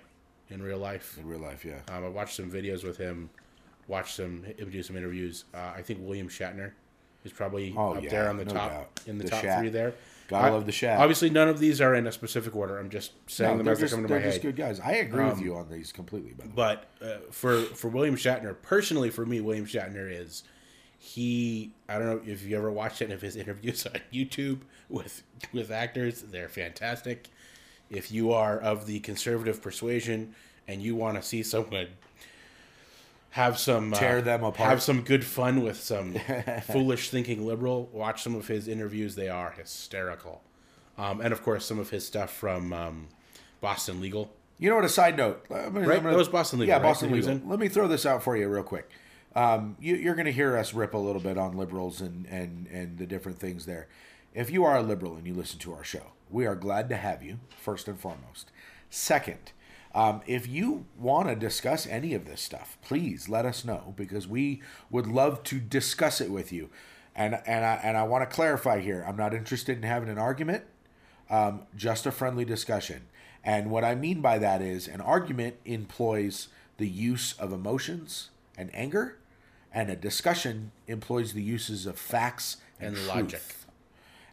S1: in real life
S2: In real life, yeah.
S1: Um, I watched some videos with him, watched some him do some interviews. Uh, I think William Shatner is probably
S2: Oh,
S1: up
S2: yeah,
S1: there on the
S2: no
S1: top
S2: doubt.
S1: in the,
S2: The
S1: top
S2: Shat.
S1: three there.
S2: Gotta
S1: I-
S2: love the Shat.
S1: Obviously, none of these are in a specific order. I'm just saying
S2: No,
S1: them
S2: they're
S1: as they
S2: just,
S1: come to my
S2: they're just
S1: head. Um,
S2: good guys. I agree with you on these completely. By the way,
S1: But uh, for for William Shatner, personally, for me, William Shatner is he. I don't know if you ever watched any of his interviews *laughs* on YouTube with with actors. They're fantastic. If you are of the conservative persuasion and you want to see someone have some uh,
S2: Tear them apart.
S1: have some good fun with
S2: *laughs*
S1: some foolish thinking liberal, watch some of his interviews. They are hysterical, um, and of course, some of his stuff from um, Boston Legal.
S2: you know what? A side note. I'm gonna-
S1: Right?
S2: I'm gonna-
S1: That was Boston Legal,
S2: Yeah,
S1: right,
S2: Boston
S1: that he was
S2: Legal.
S1: in?
S2: Let me throw this out for you real quick. Um, you, you're going to hear us rip a little bit on liberals and and and the different things there. If you are a liberal and you listen to our show, we are glad to have you. First and foremost. Second, Um, if you want to discuss any of this stuff, please let us know because we would love to discuss it with you. And and I and I want to clarify here: I'm not interested in having an argument. Um, just a friendly discussion. And what I mean by that is an argument employs the use of emotions and anger, and a discussion employs the uses of facts
S1: And
S2: and, truth
S1: logic.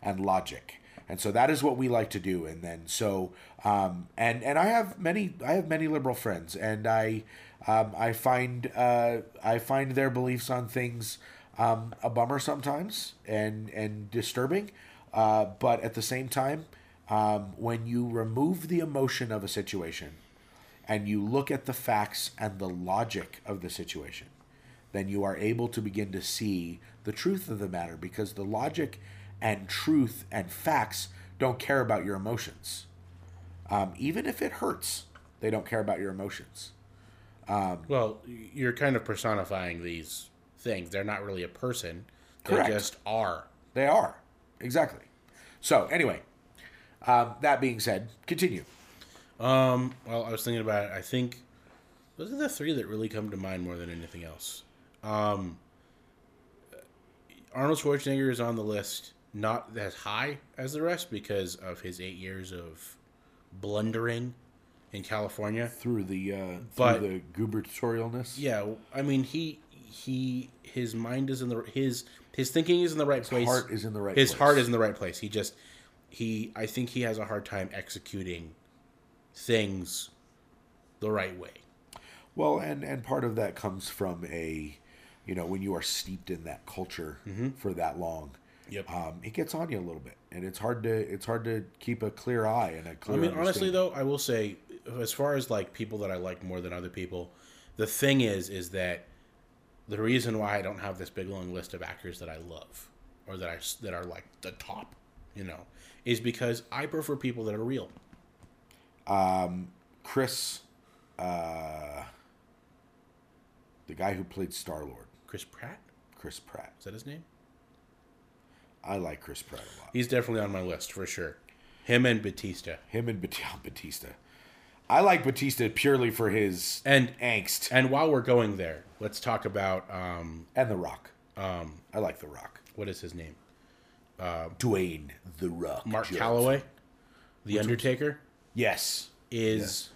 S2: and logic. and so that is what we like to do and then so um, and and i have many i have many liberal friends and i um, i find uh, i find their beliefs on things um, a bummer sometimes and and disturbing uh, but at the same time um, when you remove the emotion of a situation and you look at the facts and the logic of the situation then you are able to begin to see the truth of the matter because the logic and truth and facts don't care about your emotions. Um, even if it hurts, they don't care about your emotions.
S1: Well, you're kind of personifying these things. They're not really a person. They
S2: Correct.
S1: just are.
S2: They are. Exactly. So, anyway, um, that being said, continue.
S1: Um, well, I was thinking about it. I think those are the three that really come to mind more than anything else. Um, Arnold Schwarzenegger is on the list, not as high as the rest because of his eight years of blundering in California.
S2: Through the, uh, through
S1: But-
S2: the gubernatorialness.
S1: Yeah, I mean he he his mind is in the his his thinking is in the right place.
S2: heart is in the right
S1: His
S2: place.
S1: heart is in the right place. He just he I think he has a hard time executing things the right way.
S2: Well, and and part of that comes from a, you know, when you are steeped in that culture
S1: Mm-hmm.
S2: for that long,
S1: Yep.
S2: um, it gets on you a little bit, and it's hard to it's hard to keep a clear eye and a
S1: I
S2: clear.
S1: mean, honestly
S2: understanding.
S1: though, I will say, as far as like people that I like more than other people, the thing is, is that the reason why I don't have this big long list of actors that I love or that I s- that are like the top, you know, is because I prefer people that are real.
S2: Chris, uh, the guy who played Star Lord,
S1: Chris Pratt
S2: Chris Pratt.
S1: is that his name?
S2: I like Chris Pratt a lot.
S1: He's definitely on my list for sure. Him and Batista.
S2: Him and Bat- *laughs* Batista. I like Batista purely for his
S1: And
S2: angst
S1: and while we're going there, let's talk about um
S2: and The Rock. Um, I like The Rock.
S1: what is his name?
S2: Dwayne The Rock.
S1: Mark
S2: Johnson.
S1: Calloway, The Undertaker.
S2: Yes.
S1: is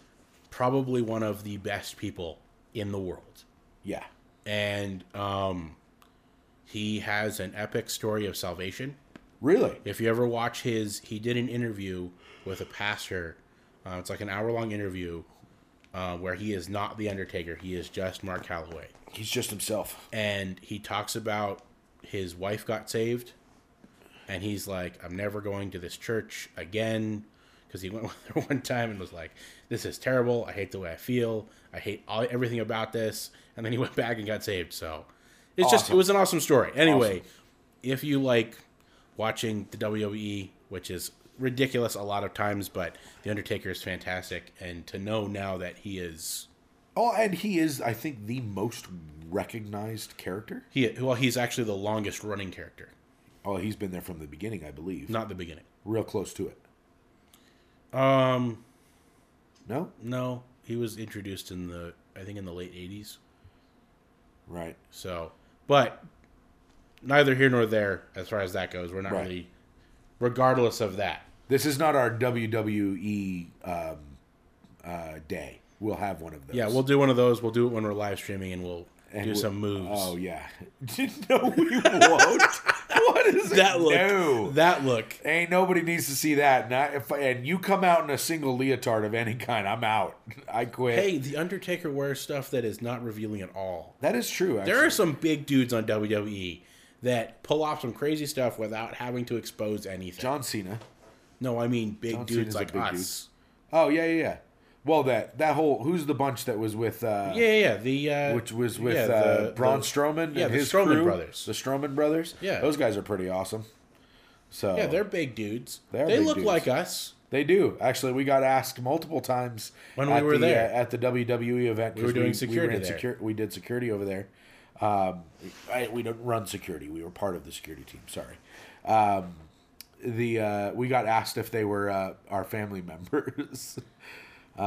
S1: probably one of the best people in the world.
S2: Yeah.
S1: And um, he has an epic story of salvation.
S2: Really?
S1: If you ever watch his, he did an interview with a pastor. Uh, it's like an hour long interview uh, where he is not The Undertaker, he is just Mark Calloway.
S2: He's just himself.
S1: And he talks about his wife got saved. And he's like, I'm never going to this church again. Because he went *laughs* with her one time and was like, This is terrible. I hate the way I feel. I hate all, everything about this. And then he *laughs* went back and got saved. So it's just, it
S2: Awesome.
S1: was an awesome story. Anyway, if you like watching the WWE, which is ridiculous a lot of times, but The Undertaker is fantastic. And to know now that he is.
S2: Oh, and he is, I think, the most recognized character.
S1: He, well, he's actually the longest running character,
S2: Oh, he's been there from the beginning, I believe.
S1: not the beginning.
S2: Real close to it.
S1: Um,
S2: No?
S1: No, he was introduced in the I think in the late '80s.
S2: Right.
S1: So, but neither here nor there as far as that goes. We're not
S2: Right.
S1: really, regardless of that.
S2: This is not our WWE um, uh, day. We'll have one of those.
S1: Yeah, we'll do one of those. We'll do it when we're live streaming, and we'll
S2: And
S1: do
S2: we'll-
S1: some moves. *laughs*
S2: Oh, *laughs* yeah. no, we won't. what is
S1: that look!
S2: No.
S1: That look!
S2: Ain't nobody needs to see that. Not if, and you come out in a single leotard of any kind, I'm out. *laughs* I quit.
S1: Hey, the Undertaker wears stuff that is not revealing at all.
S2: that is true. Actually.
S1: There are some big dudes on WWE that pull off some crazy stuff without having to expose anything.
S2: John Cena.
S1: no, I mean big
S2: John
S1: dudes
S2: Cena's a
S1: like
S2: big
S1: us.
S2: Oh yeah, yeah, yeah. Well, that that whole who's the bunch that was with uh,
S1: Yeah, yeah, the uh,
S2: which was with
S1: yeah,
S2: uh,
S1: the-
S2: Braun
S1: the-
S2: Strowman
S1: yeah,
S2: and
S1: the
S2: his
S1: Strowman
S2: crew,
S1: brothers.
S2: the Strowman brothers.
S1: Yeah.
S2: those guys are pretty awesome. So
S1: Yeah, they're big dudes.
S2: They're
S1: they
S2: big
S1: look
S2: dudes.
S1: like us.
S2: they do actually. We got asked multiple times
S1: When we
S2: at
S1: were
S2: the,
S1: there.
S2: uh, at the WWE event. 'cause
S1: were doing security
S2: ran
S1: there.
S2: we did security over there. Um, I, we don't run security. We were part of the security team. Sorry. Um, the uh, we got asked if they were uh, our family *laughs* members. Um,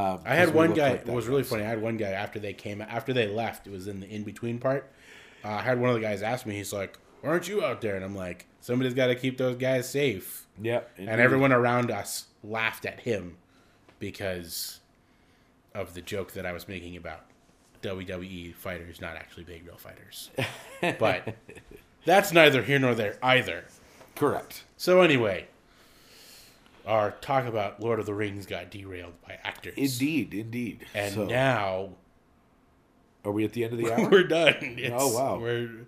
S1: I
S2: 'cause
S1: had
S2: we
S1: one
S2: look
S1: guy.
S2: like
S1: it
S2: that,
S1: was really
S2: guys.
S1: funny. I had one guy after they came after they left. It was in the in between part. Uh, I had one of the guys ask me. He's like, "Why aren't you out there?" And I'm like, "Somebody's got to keep those guys safe."
S2: Yep.
S1: And everyone around us laughed at him because of the joke that I was making about WWE fighters not actually being real
S2: *laughs*
S1: fighters. but that's neither here nor there either.
S2: Correct.
S1: So anyway, Our talk about Lord of the Rings got derailed by actors.
S2: Indeed, indeed.
S1: And
S2: so,
S1: now
S2: are we at the end of the hour?
S1: we're done. It's-
S2: Oh, wow.
S1: We're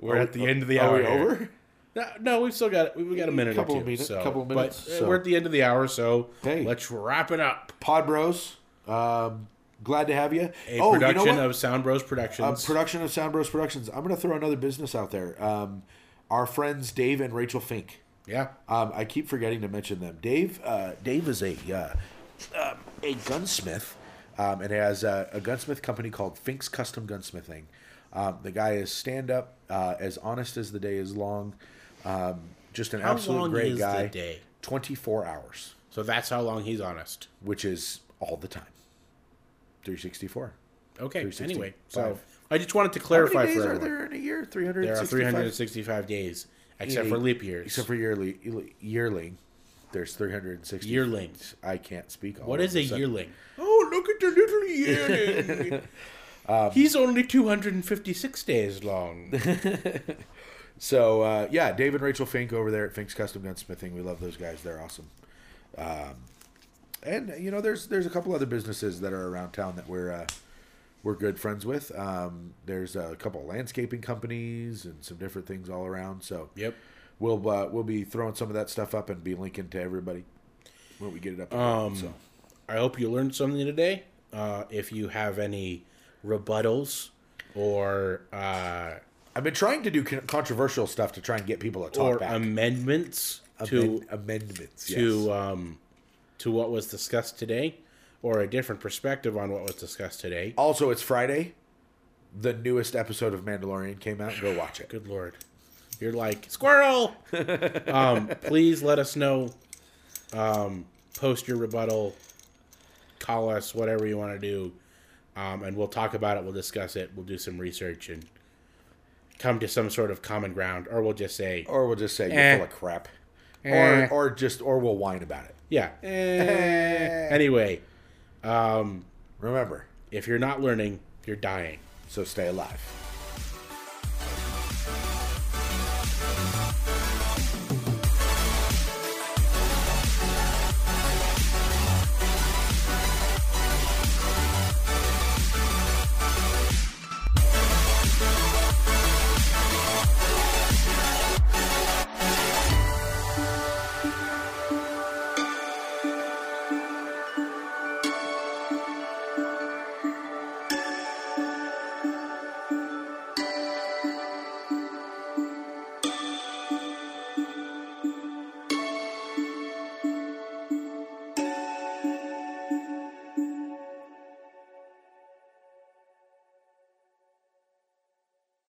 S1: we're *laughs*
S2: Are
S1: at
S2: we-
S1: the end of the
S2: are
S1: hour.
S2: we
S1: here.
S2: over?
S1: No, no, we've still got we've got a minute
S2: Couple
S1: or
S2: of
S1: two.
S2: minute-
S1: so,
S2: couple of
S1: but,
S2: minutes,
S1: uh,
S2: so-
S1: We're at the end of the hour, so
S2: Hey.
S1: let's wrap it up.
S2: Pod Bros, um, glad to have you.
S1: A
S2: oh,
S1: production
S2: you know what?
S1: of Sound Bros
S2: a
S1: Productions.
S2: production of Sound Bros Productions. I'm going to throw another business out there. Um, our friends Dave and Rachel Fink.
S1: yeah.
S2: Um, I keep forgetting to mention them. Dave, uh, Dave is a uh, um, a gunsmith, um, and has a, a gunsmith company called Fink's Custom Gunsmithing. Um, the guy is stand up, uh, as honest as the day is long. Um, just an
S1: How
S2: absolute
S1: long
S2: great
S1: is the
S2: guy.
S1: day?
S2: Twenty four hours,
S1: So that's how long he's honest.
S2: which is all the time. Three sixty four.
S1: Okay.
S2: 365.
S1: Anyway, so I just wanted to clarify
S2: How many days
S1: for
S2: are
S1: everyone.
S2: there in a year? Three hundred.
S1: There are 365 days, except for leap years.
S2: Except for yearly yearling. There's 360.
S1: Yearlings.
S2: I can't speak. All
S1: what
S2: of
S1: is a
S2: sudden.
S1: yearling? Oh, look at the little *laughs* yearling. Um, He's only 256 days *laughs* long.
S2: So uh, yeah, Dave and Rachel Fink over there at Fink's Custom Gunsmithing. We love those guys. They're awesome. Um, and you know, there's there's a couple other businesses that are around town that we're uh, we're good friends with. Um, there's a couple landscaping companies and some different things all around. So
S1: Yep.
S2: we'll uh, we'll be throwing some of that stuff up and be linking to everybody when we get it up. Um, so
S1: I hope you learned something today. Uh, if you have any rebuttals or uh,
S2: I've been trying to do con- controversial stuff to try and get people to talk
S1: or
S2: back.
S1: amendments to
S2: Amend- amendments
S1: to
S2: yes.
S1: um, to what was discussed today, or a different perspective on what was discussed today.
S2: also it's Friday. The newest episode of Mandalorian came out. Go watch it.
S1: Good lord, you're like squirrel. um, please let us know. Um, post your rebuttal. Call us, whatever you want to do, um, and we'll talk about it. We'll discuss it. We'll do some research and come to some sort of common ground, or we'll just say,
S2: Or we'll just say you're
S1: Eh.
S2: full of crap.
S1: Eh.
S2: Or or just or we'll whine about it.
S1: yeah. eh. Anyway,
S2: Remember,
S1: if you're not learning, you're dying.
S2: so stay alive.